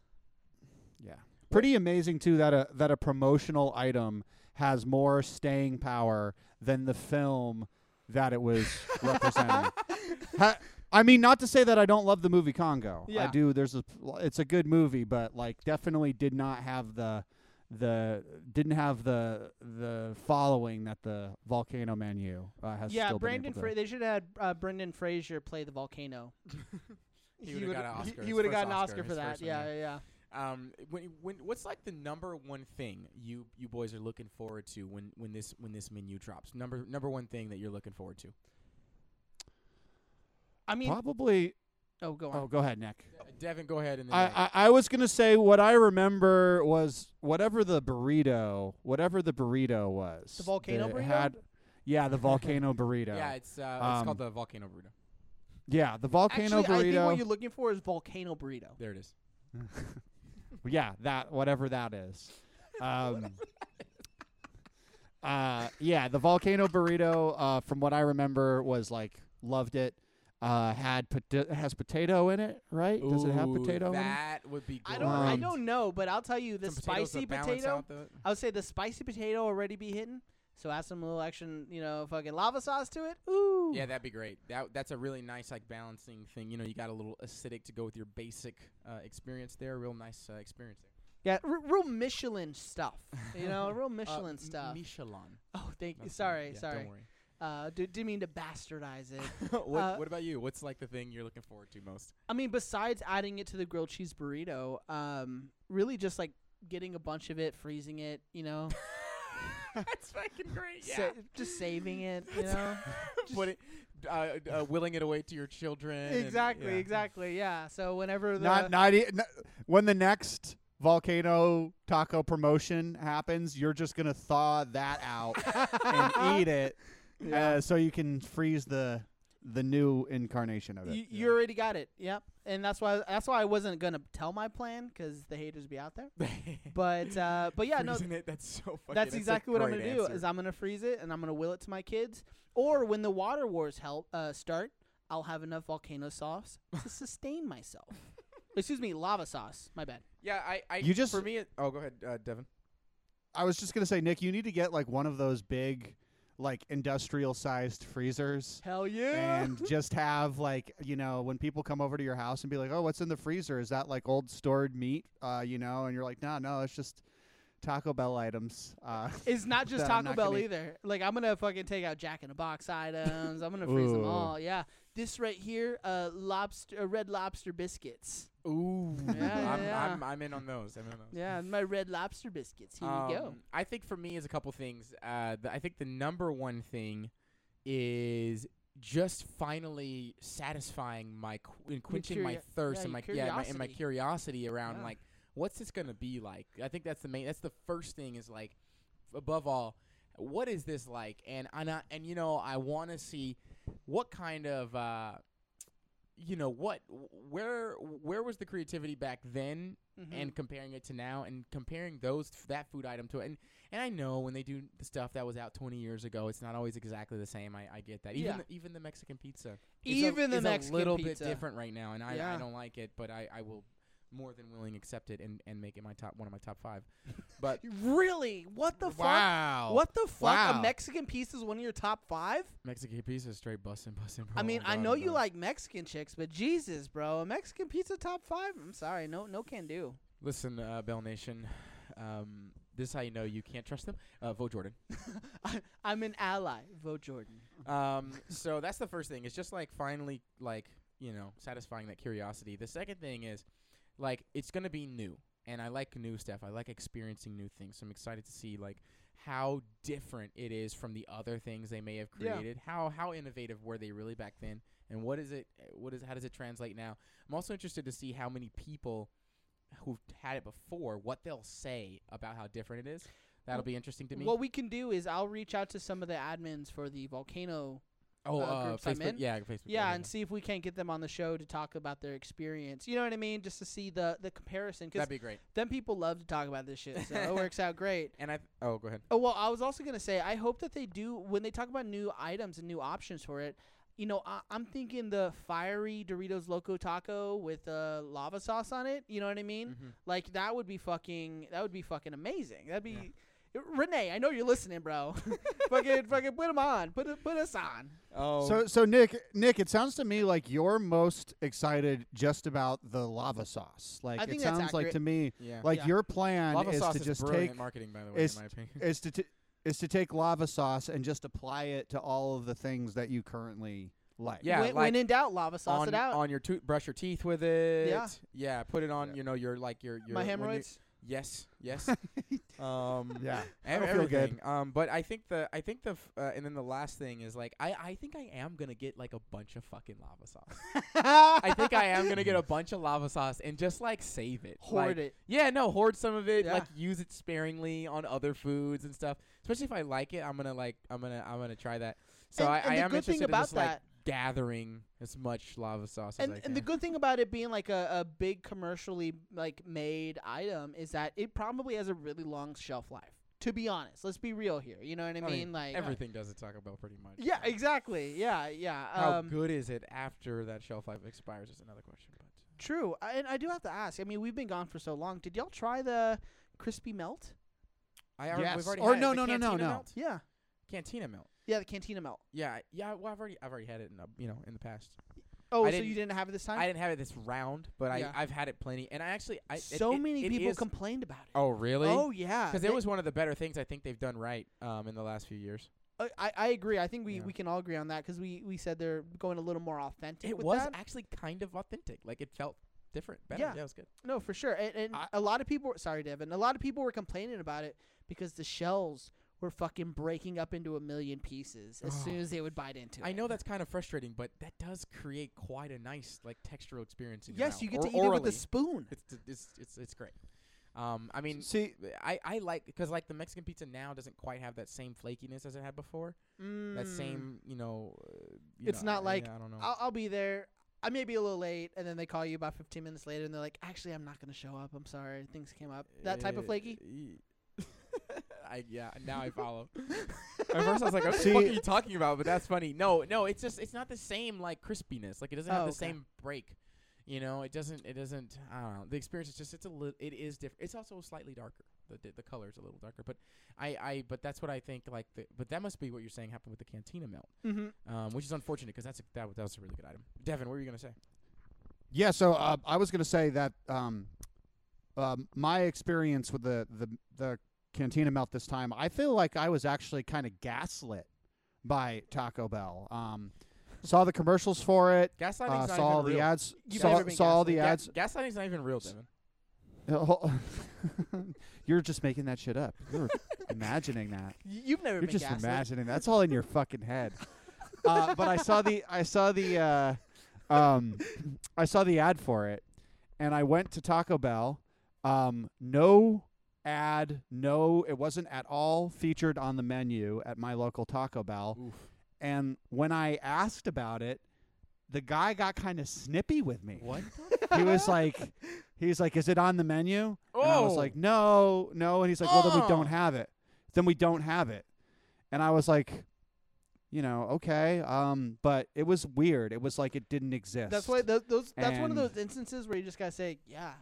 [SPEAKER 1] yeah pretty amazing too that a that a promotional item has more staying power than the film that it was representing ha- i mean not to say that i don't love the movie congo i
[SPEAKER 3] Yeah.
[SPEAKER 1] do there's a it's a good movie but like definitely did not have the the didn't have the the following that the volcano menu uh, has
[SPEAKER 3] yeah,
[SPEAKER 1] still
[SPEAKER 3] Brandon.
[SPEAKER 1] been able
[SPEAKER 3] Fra-
[SPEAKER 1] to.
[SPEAKER 3] they should have had uh, Brendan Fraser play the volcano.
[SPEAKER 2] He would've got an
[SPEAKER 3] he-
[SPEAKER 2] Oscar,
[SPEAKER 3] He,
[SPEAKER 2] his
[SPEAKER 3] would have
[SPEAKER 2] first
[SPEAKER 3] gotten an
[SPEAKER 2] Oscar,
[SPEAKER 3] Oscar for
[SPEAKER 2] his
[SPEAKER 3] that.
[SPEAKER 2] first one,
[SPEAKER 3] Yeah,
[SPEAKER 2] yeah.
[SPEAKER 3] yeah, yeah.
[SPEAKER 2] Um, when, when what's like the number one thing you you boys are looking forward to when when this when this menu drops? Number number one thing that you're looking forward to?
[SPEAKER 3] I mean,
[SPEAKER 1] probably
[SPEAKER 3] oh, go on.
[SPEAKER 1] oh go ahead nick
[SPEAKER 2] Uh, Devin, go ahead and then Nick.
[SPEAKER 1] I, I, I was gonna say what I remember was whatever the burrito, whatever the burrito was.
[SPEAKER 3] The volcano
[SPEAKER 1] that
[SPEAKER 3] burrito?
[SPEAKER 1] Had, yeah, the volcano burrito.
[SPEAKER 2] yeah,
[SPEAKER 1] Yeah,
[SPEAKER 2] it's uh, it's
[SPEAKER 1] Um,
[SPEAKER 2] called the volcano burrito.
[SPEAKER 1] the volcano
[SPEAKER 3] Actually, I think
[SPEAKER 1] burrito.
[SPEAKER 3] what you're looking for is volcano burrito.
[SPEAKER 2] There it is.
[SPEAKER 1] yeah, that whatever that is. Um, uh, yeah, the volcano burrito. Uh, from what I remember, was like loved it. Uh, had pota- has potato in it, right? Does it have
[SPEAKER 2] Ooh,
[SPEAKER 1] potato in it?
[SPEAKER 2] That would be. Good.
[SPEAKER 3] I don't, I
[SPEAKER 1] Um,
[SPEAKER 3] don't know, but I'll tell you the
[SPEAKER 2] Some potatoes
[SPEAKER 3] spicy
[SPEAKER 2] to balance
[SPEAKER 3] potato.
[SPEAKER 2] out the-
[SPEAKER 3] I would say the spicy potato already be hidden. So add some little action, you know, fucking lava sauce to it. Ooh,
[SPEAKER 2] Yeah, that'd be great. That that's a really nice like balancing thing. You know, you got a little acidic to go with your basic uh, experience there. Real nice uh, experience there.
[SPEAKER 3] yeah, r- real Michelin stuff. You know, real
[SPEAKER 2] Uh,
[SPEAKER 3] Michelin
[SPEAKER 2] M-
[SPEAKER 3] stuff.
[SPEAKER 2] Michelin.
[SPEAKER 3] oh, thank
[SPEAKER 2] That's
[SPEAKER 3] you.
[SPEAKER 2] fine.
[SPEAKER 3] Sorry,
[SPEAKER 2] Yeah,
[SPEAKER 3] sorry.
[SPEAKER 2] Don't worry.
[SPEAKER 3] Uh, d- didn't mean to bastardize it.
[SPEAKER 2] what,
[SPEAKER 3] Uh,
[SPEAKER 2] what about you? What's like the thing you're looking forward to most?
[SPEAKER 3] I mean, besides adding it to the grilled cheese burrito, um, really just like getting a bunch of it, freezing it, you know,
[SPEAKER 2] That's fucking great.
[SPEAKER 3] sa- just saving it, you know.
[SPEAKER 2] Put it, uh, d- uh, willing it away to your children. and-
[SPEAKER 3] exactly,
[SPEAKER 2] yeah.
[SPEAKER 3] exactly. Yeah. So whenever the
[SPEAKER 1] not not e- n- when the next volcano taco promotion happens, you're just gonna thaw that out and eat it, uh, so you can freeze the the new incarnation of it.
[SPEAKER 3] you, you already got it. Yep. And that's why that's why I wasn't gonna tell my plan because the haters be out there. But uh, but yeah, no,
[SPEAKER 2] Freezing it, that's so fucking.
[SPEAKER 3] that's
[SPEAKER 2] a
[SPEAKER 3] exactly what I'm
[SPEAKER 2] great
[SPEAKER 3] gonna do.
[SPEAKER 2] answer.
[SPEAKER 3] Is I'm gonna freeze it and I'm gonna will it to my kids. Or when the water wars help uh, start, I'll have enough volcano sauce to sustain myself. Excuse me, lava sauce. My bad.
[SPEAKER 2] yeah, I, I.
[SPEAKER 1] You just-
[SPEAKER 2] for me. It, oh, go ahead, uh, Devin.
[SPEAKER 1] I was just gonna say, Nick, you need to get like one of those big, like industrial sized freezers.
[SPEAKER 3] Hell yeah.
[SPEAKER 1] And just have like you know when people come over to your house and be like, oh, what's in the freezer? Is that like old stored meat? Uh, you know, and you're like, no, no, it's just Taco Bell items. Uh,
[SPEAKER 3] It's not just
[SPEAKER 1] that I'm not
[SPEAKER 3] Taco
[SPEAKER 2] e
[SPEAKER 3] Bell
[SPEAKER 1] gonna eat.
[SPEAKER 3] either. Like I'm gonna fucking take out Jack in the Box items. I'm gonna freeze them
[SPEAKER 1] Ooh.
[SPEAKER 3] all. Yeah, this right here, uh, lobster, uh, red lobster biscuits.
[SPEAKER 2] Ooh,
[SPEAKER 3] yeah,
[SPEAKER 2] I'm,
[SPEAKER 3] yeah.
[SPEAKER 2] I'm, I'm in on those. I'm in on those.
[SPEAKER 3] Yeah, my red lobster biscuits. Here you go.
[SPEAKER 2] Um, I think for me is a couple things. Uh, the, I think the number one thing is just finally satisfying my qu- and quenching my
[SPEAKER 3] curio-
[SPEAKER 2] thirst
[SPEAKER 3] yeah,
[SPEAKER 2] and my
[SPEAKER 3] your
[SPEAKER 2] yeah my, and my
[SPEAKER 3] curiosity.
[SPEAKER 2] curiosity around
[SPEAKER 3] Yeah.
[SPEAKER 2] like what's this gonna be like. I think that's the main. That's the first thing is like above all. what is this like? And and I, and you know, I want to see what kind of uh, you know what where where was the creativity back then
[SPEAKER 3] Mm-hmm.
[SPEAKER 2] and comparing it to now and comparing those that food item to it. And and I know when they do the stuff that was out 20 years ago, it's not always exactly the same. I, I get that. Even
[SPEAKER 3] Yeah.
[SPEAKER 2] the, even the Mexican pizza, is a-
[SPEAKER 3] Even the
[SPEAKER 2] is
[SPEAKER 3] Mexican
[SPEAKER 2] a little
[SPEAKER 3] pizza.
[SPEAKER 2] bit different right now, and I, I
[SPEAKER 3] Yeah.
[SPEAKER 2] don't like it, but I, I will more than willing accept it and, and make it my top one of my top five. But
[SPEAKER 3] really? What the fuck?
[SPEAKER 2] wow,
[SPEAKER 3] What the fuck?
[SPEAKER 2] Wow.
[SPEAKER 3] A Mexican pizza is one of your top five?
[SPEAKER 2] Mexican pizza is straight bussin' bussin'.
[SPEAKER 3] I mean, I know you like Mexican chicks, but Jesus, bro, a Mexican pizza top five? I'm sorry, no, no can do.
[SPEAKER 2] Listen, uh, Bell Nation, um, this is how you know you can't trust them. Uh, vote Jordan.
[SPEAKER 3] I, I'm an ally. Vote Jordan.
[SPEAKER 2] um, so that's the first thing. It's just like finally, like you know, satisfying that curiosity. The second thing is, like, it's gonna be new, and I like new stuff. I like experiencing new things. So I'm excited to see like how different it is from the other things they may have
[SPEAKER 3] Yeah.
[SPEAKER 2] created. How how innovative were they really back then? And what is it? eh, What is how does it translate now? I'm also interested to see how many people who've had it before what they'll say about how different it is. That'll be interesting to me.
[SPEAKER 3] What we can do is I'll reach out to some of the admins for the volcano,
[SPEAKER 2] oh,
[SPEAKER 3] uh,
[SPEAKER 2] uh,
[SPEAKER 3] groups I'm
[SPEAKER 2] Facebook,
[SPEAKER 3] in?
[SPEAKER 2] yeah, Facebook.
[SPEAKER 3] yeah,
[SPEAKER 2] there
[SPEAKER 3] and
[SPEAKER 2] you
[SPEAKER 3] see if we can't get them on the show to talk about their experience. You know what I mean? Just to see the the comparison,
[SPEAKER 2] go. that'd
[SPEAKER 3] because
[SPEAKER 2] be great.
[SPEAKER 3] then people love to talk about this shit, so it works out great.
[SPEAKER 2] And I th- oh, go ahead.
[SPEAKER 3] Oh well, I was also gonna say I hope that they do when they talk about new items and new options for it. You know, I, I'm thinking the fiery Doritos Loco Taco with uh, lava sauce on it. You know what I mean?
[SPEAKER 2] Mm-hmm.
[SPEAKER 3] Like that would be fucking that would be fucking amazing. That'd be Renee. I know you're listening, bro. fucking fucking put 'em on. Put it- put us on.
[SPEAKER 2] Oh,
[SPEAKER 1] So so Nick Nick, it sounds to me like you're most excited just about the lava sauce. Like
[SPEAKER 3] I
[SPEAKER 1] it
[SPEAKER 3] think that's
[SPEAKER 1] sounds like
[SPEAKER 3] accurate.
[SPEAKER 1] to me
[SPEAKER 2] yeah.
[SPEAKER 1] like
[SPEAKER 3] Yeah.
[SPEAKER 1] your plan
[SPEAKER 2] lava
[SPEAKER 1] is
[SPEAKER 2] sauce
[SPEAKER 1] to
[SPEAKER 2] is
[SPEAKER 1] just
[SPEAKER 2] brilliant
[SPEAKER 1] take
[SPEAKER 2] marketing, by the way,
[SPEAKER 1] is-
[SPEAKER 2] in my opinion.
[SPEAKER 1] is to t- is to take lava sauce and just apply it to all of the things that you currently like.
[SPEAKER 2] Yeah,
[SPEAKER 3] when,
[SPEAKER 2] like
[SPEAKER 3] when in doubt, lava sauce
[SPEAKER 2] on,
[SPEAKER 3] it out.
[SPEAKER 2] on your tooth, brush your teeth with it.
[SPEAKER 3] Yeah.
[SPEAKER 2] yeah. Put it on.
[SPEAKER 1] Yeah.
[SPEAKER 2] You know, your like your your
[SPEAKER 3] My
[SPEAKER 2] when you-
[SPEAKER 3] hemorrhoids.
[SPEAKER 2] Yes, yes. um,
[SPEAKER 1] Yeah.
[SPEAKER 2] ev-
[SPEAKER 1] I feel good.
[SPEAKER 2] everything. Um, but I think the I think the f- uh, and then the last thing is like I I think I am gonna get like a bunch of fucking lava sauce. I think I am gonna get a bunch of lava sauce and just like save it,
[SPEAKER 3] Hoard
[SPEAKER 2] like,
[SPEAKER 3] it.
[SPEAKER 2] Yeah, no, hoard some of it.
[SPEAKER 3] Yeah.
[SPEAKER 2] Like use it sparingly on other foods and stuff. Especially if I like it, I'm gonna like I'm gonna I'm gonna try that. So
[SPEAKER 3] And-
[SPEAKER 2] I,
[SPEAKER 3] and
[SPEAKER 2] I
[SPEAKER 3] the
[SPEAKER 2] am
[SPEAKER 3] good thing
[SPEAKER 2] interested in
[SPEAKER 3] about
[SPEAKER 2] just like
[SPEAKER 3] that-
[SPEAKER 2] gathering as much lava sauce
[SPEAKER 3] and,
[SPEAKER 2] as I
[SPEAKER 3] and the
[SPEAKER 2] can.
[SPEAKER 3] good thing about it being like a, a big commercially like made item is that it probably has a really long shelf life to be honest let's be real here you know what i, mean? like uh,
[SPEAKER 2] everything does at Taco Bell pretty much.
[SPEAKER 3] yeah
[SPEAKER 2] so.
[SPEAKER 3] exactly yeah yeah
[SPEAKER 2] How
[SPEAKER 3] um,
[SPEAKER 2] good is it after that shelf life expires is another question. But
[SPEAKER 3] true I, and i do have to ask i mean we've been gone for so long did y'all try the crispy melt
[SPEAKER 2] I already,
[SPEAKER 1] Yes.
[SPEAKER 2] we've already
[SPEAKER 1] Or
[SPEAKER 2] had
[SPEAKER 1] no,
[SPEAKER 2] it.
[SPEAKER 1] no, no,
[SPEAKER 2] The
[SPEAKER 1] no,
[SPEAKER 2] Cantina
[SPEAKER 1] no.
[SPEAKER 2] Melt?
[SPEAKER 3] yeah
[SPEAKER 2] Cantina melt.
[SPEAKER 3] yeah the cantina melt
[SPEAKER 2] Yeah, I- yeah. Well, I've already I've already had it in a, you know in the past.
[SPEAKER 3] oh
[SPEAKER 2] I
[SPEAKER 3] so
[SPEAKER 2] didn't-
[SPEAKER 3] you didn't have it this time
[SPEAKER 2] I didn't have it this round, but
[SPEAKER 3] Yeah.
[SPEAKER 2] I I've had it plenty, and I actually I it-
[SPEAKER 3] so
[SPEAKER 2] it-
[SPEAKER 3] many
[SPEAKER 2] it
[SPEAKER 3] people
[SPEAKER 2] is-
[SPEAKER 3] complained about it
[SPEAKER 2] Oh really?
[SPEAKER 3] oh yeah
[SPEAKER 2] Because
[SPEAKER 3] They-
[SPEAKER 2] it was one of the better things I think they've done right um, in the last few years.
[SPEAKER 3] I- uh, I, I agree i think we,
[SPEAKER 2] Yeah.
[SPEAKER 3] we can all agree on that because we, we said they're going a little more authentic
[SPEAKER 2] It
[SPEAKER 3] with
[SPEAKER 2] was
[SPEAKER 3] that.
[SPEAKER 2] actually kind of authentic. Like it felt different, better. Yeah,
[SPEAKER 3] Yeah.
[SPEAKER 2] it was good.
[SPEAKER 3] No, for sure. And, and
[SPEAKER 1] I-
[SPEAKER 3] a lot of people, sorry, Devin, a lot of people were complaining about it because the shells were fucking breaking up into a million pieces as
[SPEAKER 2] Oh.
[SPEAKER 3] soon as they would bite into it.
[SPEAKER 2] I know that's kind of frustrating, but that does create quite a nice like textural experience. In your
[SPEAKER 3] Yes,
[SPEAKER 2] mouth,
[SPEAKER 3] you get
[SPEAKER 2] or
[SPEAKER 3] to eat it with
[SPEAKER 2] orally.
[SPEAKER 3] a spoon.
[SPEAKER 2] It's it's it's it's great. Um, I mean,
[SPEAKER 1] See,
[SPEAKER 2] I I like because like the Mexican pizza now doesn't quite have that same flakiness as it had before. That same you know. Uh, you
[SPEAKER 3] Hmm. It's
[SPEAKER 2] know,
[SPEAKER 3] not
[SPEAKER 2] I-
[SPEAKER 3] like,
[SPEAKER 2] yeah, I
[SPEAKER 1] Oh.
[SPEAKER 2] don't know.
[SPEAKER 3] I'll, I'll be there. I may be a little late, and then they call you about 15 minutes later, and they're like, "Actually, I'm not gonna show up. I'm sorry, things came up." That type
[SPEAKER 1] Eh.
[SPEAKER 3] of
[SPEAKER 2] Uh,
[SPEAKER 3] flaky.
[SPEAKER 2] y- I yeah, now I follow. At first I was like, "What the
[SPEAKER 1] See-
[SPEAKER 2] fuck are you talking about?" But that's funny. No, no, it's just it's not the same like crispiness. Like it doesn't have
[SPEAKER 3] Oh,
[SPEAKER 2] the
[SPEAKER 3] okay.
[SPEAKER 2] same break. You know, it doesn't. It doesn't. I don't know. The experience is just. It's a. Li- it is different. It's also slightly darker. The the- the color's a little darker. But I I. But that's what I think. Like the. But that must be what you're saying happened with the Cantina melt,
[SPEAKER 3] Mm-hmm.
[SPEAKER 2] um, which is unfortunate because that's a, that, wa- that was a really good item. Devin, what were you gonna say?
[SPEAKER 1] Yeah, so uh, I was going to say that um, um, my experience with the, the the Cantina Melt this time, I feel like I was actually kind of gaslit by Taco Bell. Um, saw the commercials for it,
[SPEAKER 2] Gaslighting's
[SPEAKER 1] uh,
[SPEAKER 2] not
[SPEAKER 1] saw all
[SPEAKER 2] even
[SPEAKER 1] the
[SPEAKER 2] real.
[SPEAKER 1] ads,
[SPEAKER 3] You've
[SPEAKER 1] saw,
[SPEAKER 3] never been
[SPEAKER 1] saw all the
[SPEAKER 2] Ga-
[SPEAKER 1] ads.
[SPEAKER 2] gaslighting's not even real, Devin.
[SPEAKER 1] You're just making that shit up. You're imagining that.
[SPEAKER 3] You've never
[SPEAKER 1] You're
[SPEAKER 3] been
[SPEAKER 1] just
[SPEAKER 3] gaslit.
[SPEAKER 1] imagining. That's all in your fucking head. uh, but I saw the I saw the uh, um, I saw the ad for it, and I went to Taco Bell. Um, no ad. No, it wasn't at all featured on the menu at my local Taco Bell.
[SPEAKER 2] Oof.
[SPEAKER 1] And when I asked about it, the guy got kind of snippy with me.
[SPEAKER 2] What?
[SPEAKER 1] He was like, he's like, is it on the menu? And I was
[SPEAKER 2] Oh.
[SPEAKER 1] like, no, no. And he's like, well, then we don't
[SPEAKER 2] Oh.
[SPEAKER 1] have it. Then we don't have it. And I was like, you know, okay. Um, but it was weird. It was like it didn't exist.
[SPEAKER 3] That's why tho- those. That's one of
[SPEAKER 1] And-
[SPEAKER 3] those instances where you just gotta say, yeah,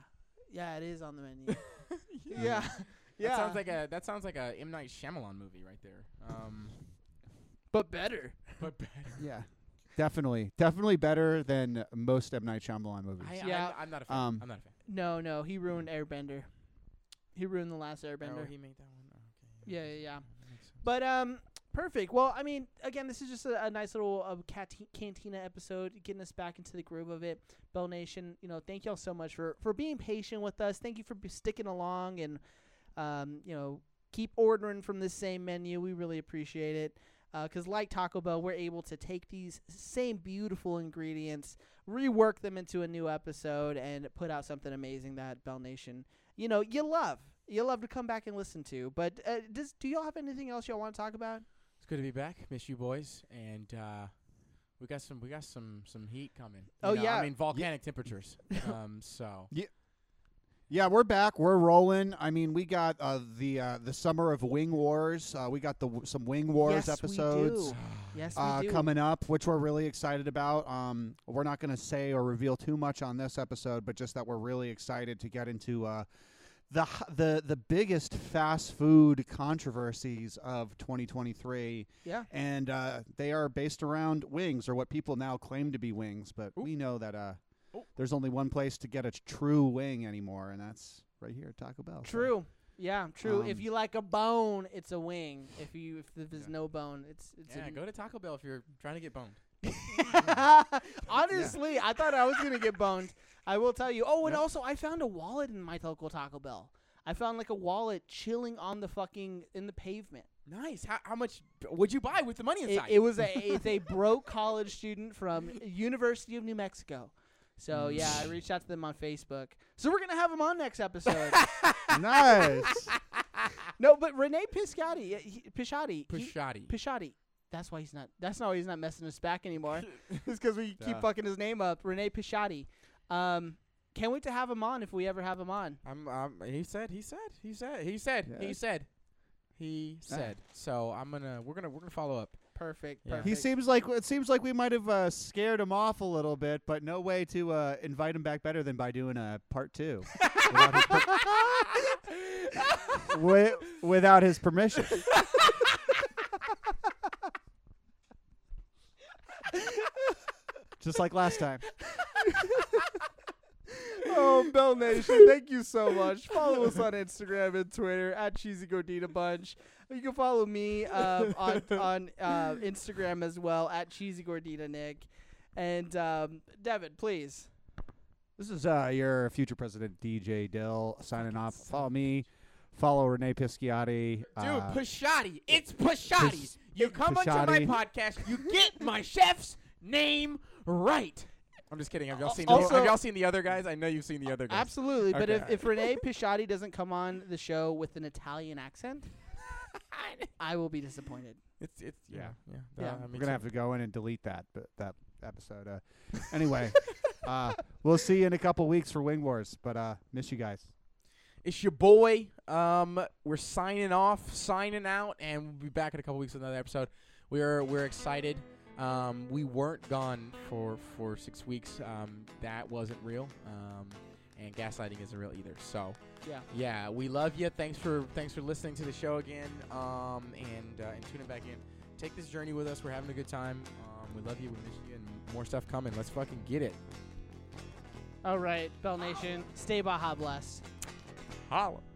[SPEAKER 3] yeah, it is on the menu.
[SPEAKER 1] Yeah.
[SPEAKER 3] yeah, yeah.
[SPEAKER 2] That sounds like a that sounds like a M Night Shyamalan movie right there. Um,
[SPEAKER 3] but better.
[SPEAKER 2] but better.
[SPEAKER 1] yeah, definitely, definitely better than most M Night Shyamalan movies.
[SPEAKER 2] I,
[SPEAKER 3] Yeah.
[SPEAKER 2] I'm, I'm not a fan.
[SPEAKER 1] Um,
[SPEAKER 2] I'm not a fan.
[SPEAKER 3] No, no, he ruined Airbender. He ruined the last Airbender.
[SPEAKER 2] Oh, he made that one. Okay.
[SPEAKER 3] yeah, yeah, yeah.
[SPEAKER 2] that makes sense.
[SPEAKER 3] But um, perfect. Well, I mean, again, this is just a, a nice little uh, cati- cantina episode, getting us back into the groove of it. Bell Nation, you know, thank y'all so much for for being patient with us. Thank you for be sticking along and, um, you know, keep ordering from this same menu. We really appreciate it. Because like Taco Bell, we're able to take these same beautiful ingredients, rework them into a new episode, and put out something amazing that Bell Nation you know, you love. You love to come back and listen to. But uh, does do y'all have anything else y'all want to talk about?
[SPEAKER 2] It's good to be back. Miss you boys, and uh, we got some we got some some heat coming. You
[SPEAKER 3] Oh,
[SPEAKER 2] know,
[SPEAKER 3] yeah.
[SPEAKER 2] I mean volcanic temperatures. um, so
[SPEAKER 1] Yeah, we're back. We're rolling. I mean, we got uh, the uh, the summer of Wing Wars. Uh, we got the w- some Wing Wars
[SPEAKER 3] Yes, we
[SPEAKER 1] episodes
[SPEAKER 3] do. Yes, we
[SPEAKER 1] uh,
[SPEAKER 3] do.
[SPEAKER 1] coming up, which we're really excited about. Um, we're not going to say or reveal too much on this episode, but just that we're really excited to get into uh, the h- the the biggest fast food controversies of 2023,
[SPEAKER 3] Yeah.
[SPEAKER 1] and uh, they are based around wings or what people now claim to be wings, but
[SPEAKER 2] Oop.
[SPEAKER 1] we know that uh,
[SPEAKER 2] Oop.
[SPEAKER 1] there's only one place to get a true wing anymore, and that's right here at Taco Bell. So-
[SPEAKER 3] True. Yeah, true. if
[SPEAKER 1] Um,
[SPEAKER 3] you like a bone, it's a wing. If you if there's
[SPEAKER 2] Yeah.
[SPEAKER 3] no bone, it's it's
[SPEAKER 2] yeah, go to Taco Bell if you're trying to get boned.
[SPEAKER 3] a Honestly, I thought I was going to get boned. I will tell you. Oh, and
[SPEAKER 2] Yep.
[SPEAKER 3] also I found a wallet in my local Taco Bell. I found like a wallet chilling on the fucking in the pavement.
[SPEAKER 2] Nice. How, how much b- would you buy with the money
[SPEAKER 3] it,
[SPEAKER 2] inside?
[SPEAKER 3] it was a it's a broke college student from University of New Mexico. So yeah, I reached out to them on Facebook. So we're gonna have them on next episode.
[SPEAKER 1] nice.
[SPEAKER 3] no, but Renee Piscotti, uh, he- Pisciotti, he-
[SPEAKER 2] Pishotti.
[SPEAKER 3] Pisciotti. That's why he's not. That's not why he's not messing us back anymore. it's because we keep
[SPEAKER 1] Yeah.
[SPEAKER 3] fucking his name up, Renee Pisciotti. Um, can't wait to have him on if we ever have him on.
[SPEAKER 2] I'm, um, he said. He said. He said. He said.
[SPEAKER 1] Yeah.
[SPEAKER 2] He said. He said. So I'm gonna. We're gonna. We're gonna follow up.
[SPEAKER 3] Perfect.
[SPEAKER 2] Yeah.
[SPEAKER 3] perfect.
[SPEAKER 1] He seems like it seems like we might have uh, scared him off a little bit, but no way to uh, invite him back better than by doing a part two without, his per- wi- without his permission. Just like last time.
[SPEAKER 3] oh, Bell Nation, thank you so much. Follow us on Instagram and Twitter at Cheesy Gordita Bunch. You can follow me uh, on on uh, Instagram as well at Cheesy Gordita Nick. And um, Devin, please.
[SPEAKER 1] This is uh, your future president DJ Dill signing off. Follow me. Follow Renee Pisciotti.
[SPEAKER 2] Dude,
[SPEAKER 1] uh,
[SPEAKER 2] Pishotti. It's Pishotti.
[SPEAKER 1] Pis-
[SPEAKER 2] you come onto my
[SPEAKER 1] Pishotti.
[SPEAKER 2] podcast, you get my chef's name right. I'm just kidding. Have y'all seen? the-
[SPEAKER 3] Also-
[SPEAKER 2] have y'all seen the other guys? I know you've seen the other guys.
[SPEAKER 3] Absolutely. But
[SPEAKER 2] Okay,
[SPEAKER 3] if,
[SPEAKER 2] all
[SPEAKER 3] if Renee Pisciotti doesn't come on the show with an Italian accent, I will be disappointed.
[SPEAKER 2] It's it's yeah yeah.
[SPEAKER 3] Yeah.
[SPEAKER 2] uh, me
[SPEAKER 1] We're
[SPEAKER 2] too.
[SPEAKER 1] gonna have to go in and delete that but that episode. Uh, anyway, uh, we'll see you in a couple weeks for Wing Wars, but uh, miss you guys.
[SPEAKER 2] It's your boy. Um, we're signing off, signing out, and we'll be back in a couple weeks with another episode. We're we're excited. Um, we weren't gone for for six weeks. Um, that wasn't real. Um, and gaslighting isn't real either. So
[SPEAKER 3] Yeah.
[SPEAKER 2] yeah, we love you. Thanks for thanks for listening to the show again. Um, and uh, and tuning back in. Take this journey with us. We're having a good time. Um, we love you. We miss you, and more stuff coming. Let's fucking get it.
[SPEAKER 3] All right, Bell Nation, stay Baja Blessed.
[SPEAKER 2] Holla.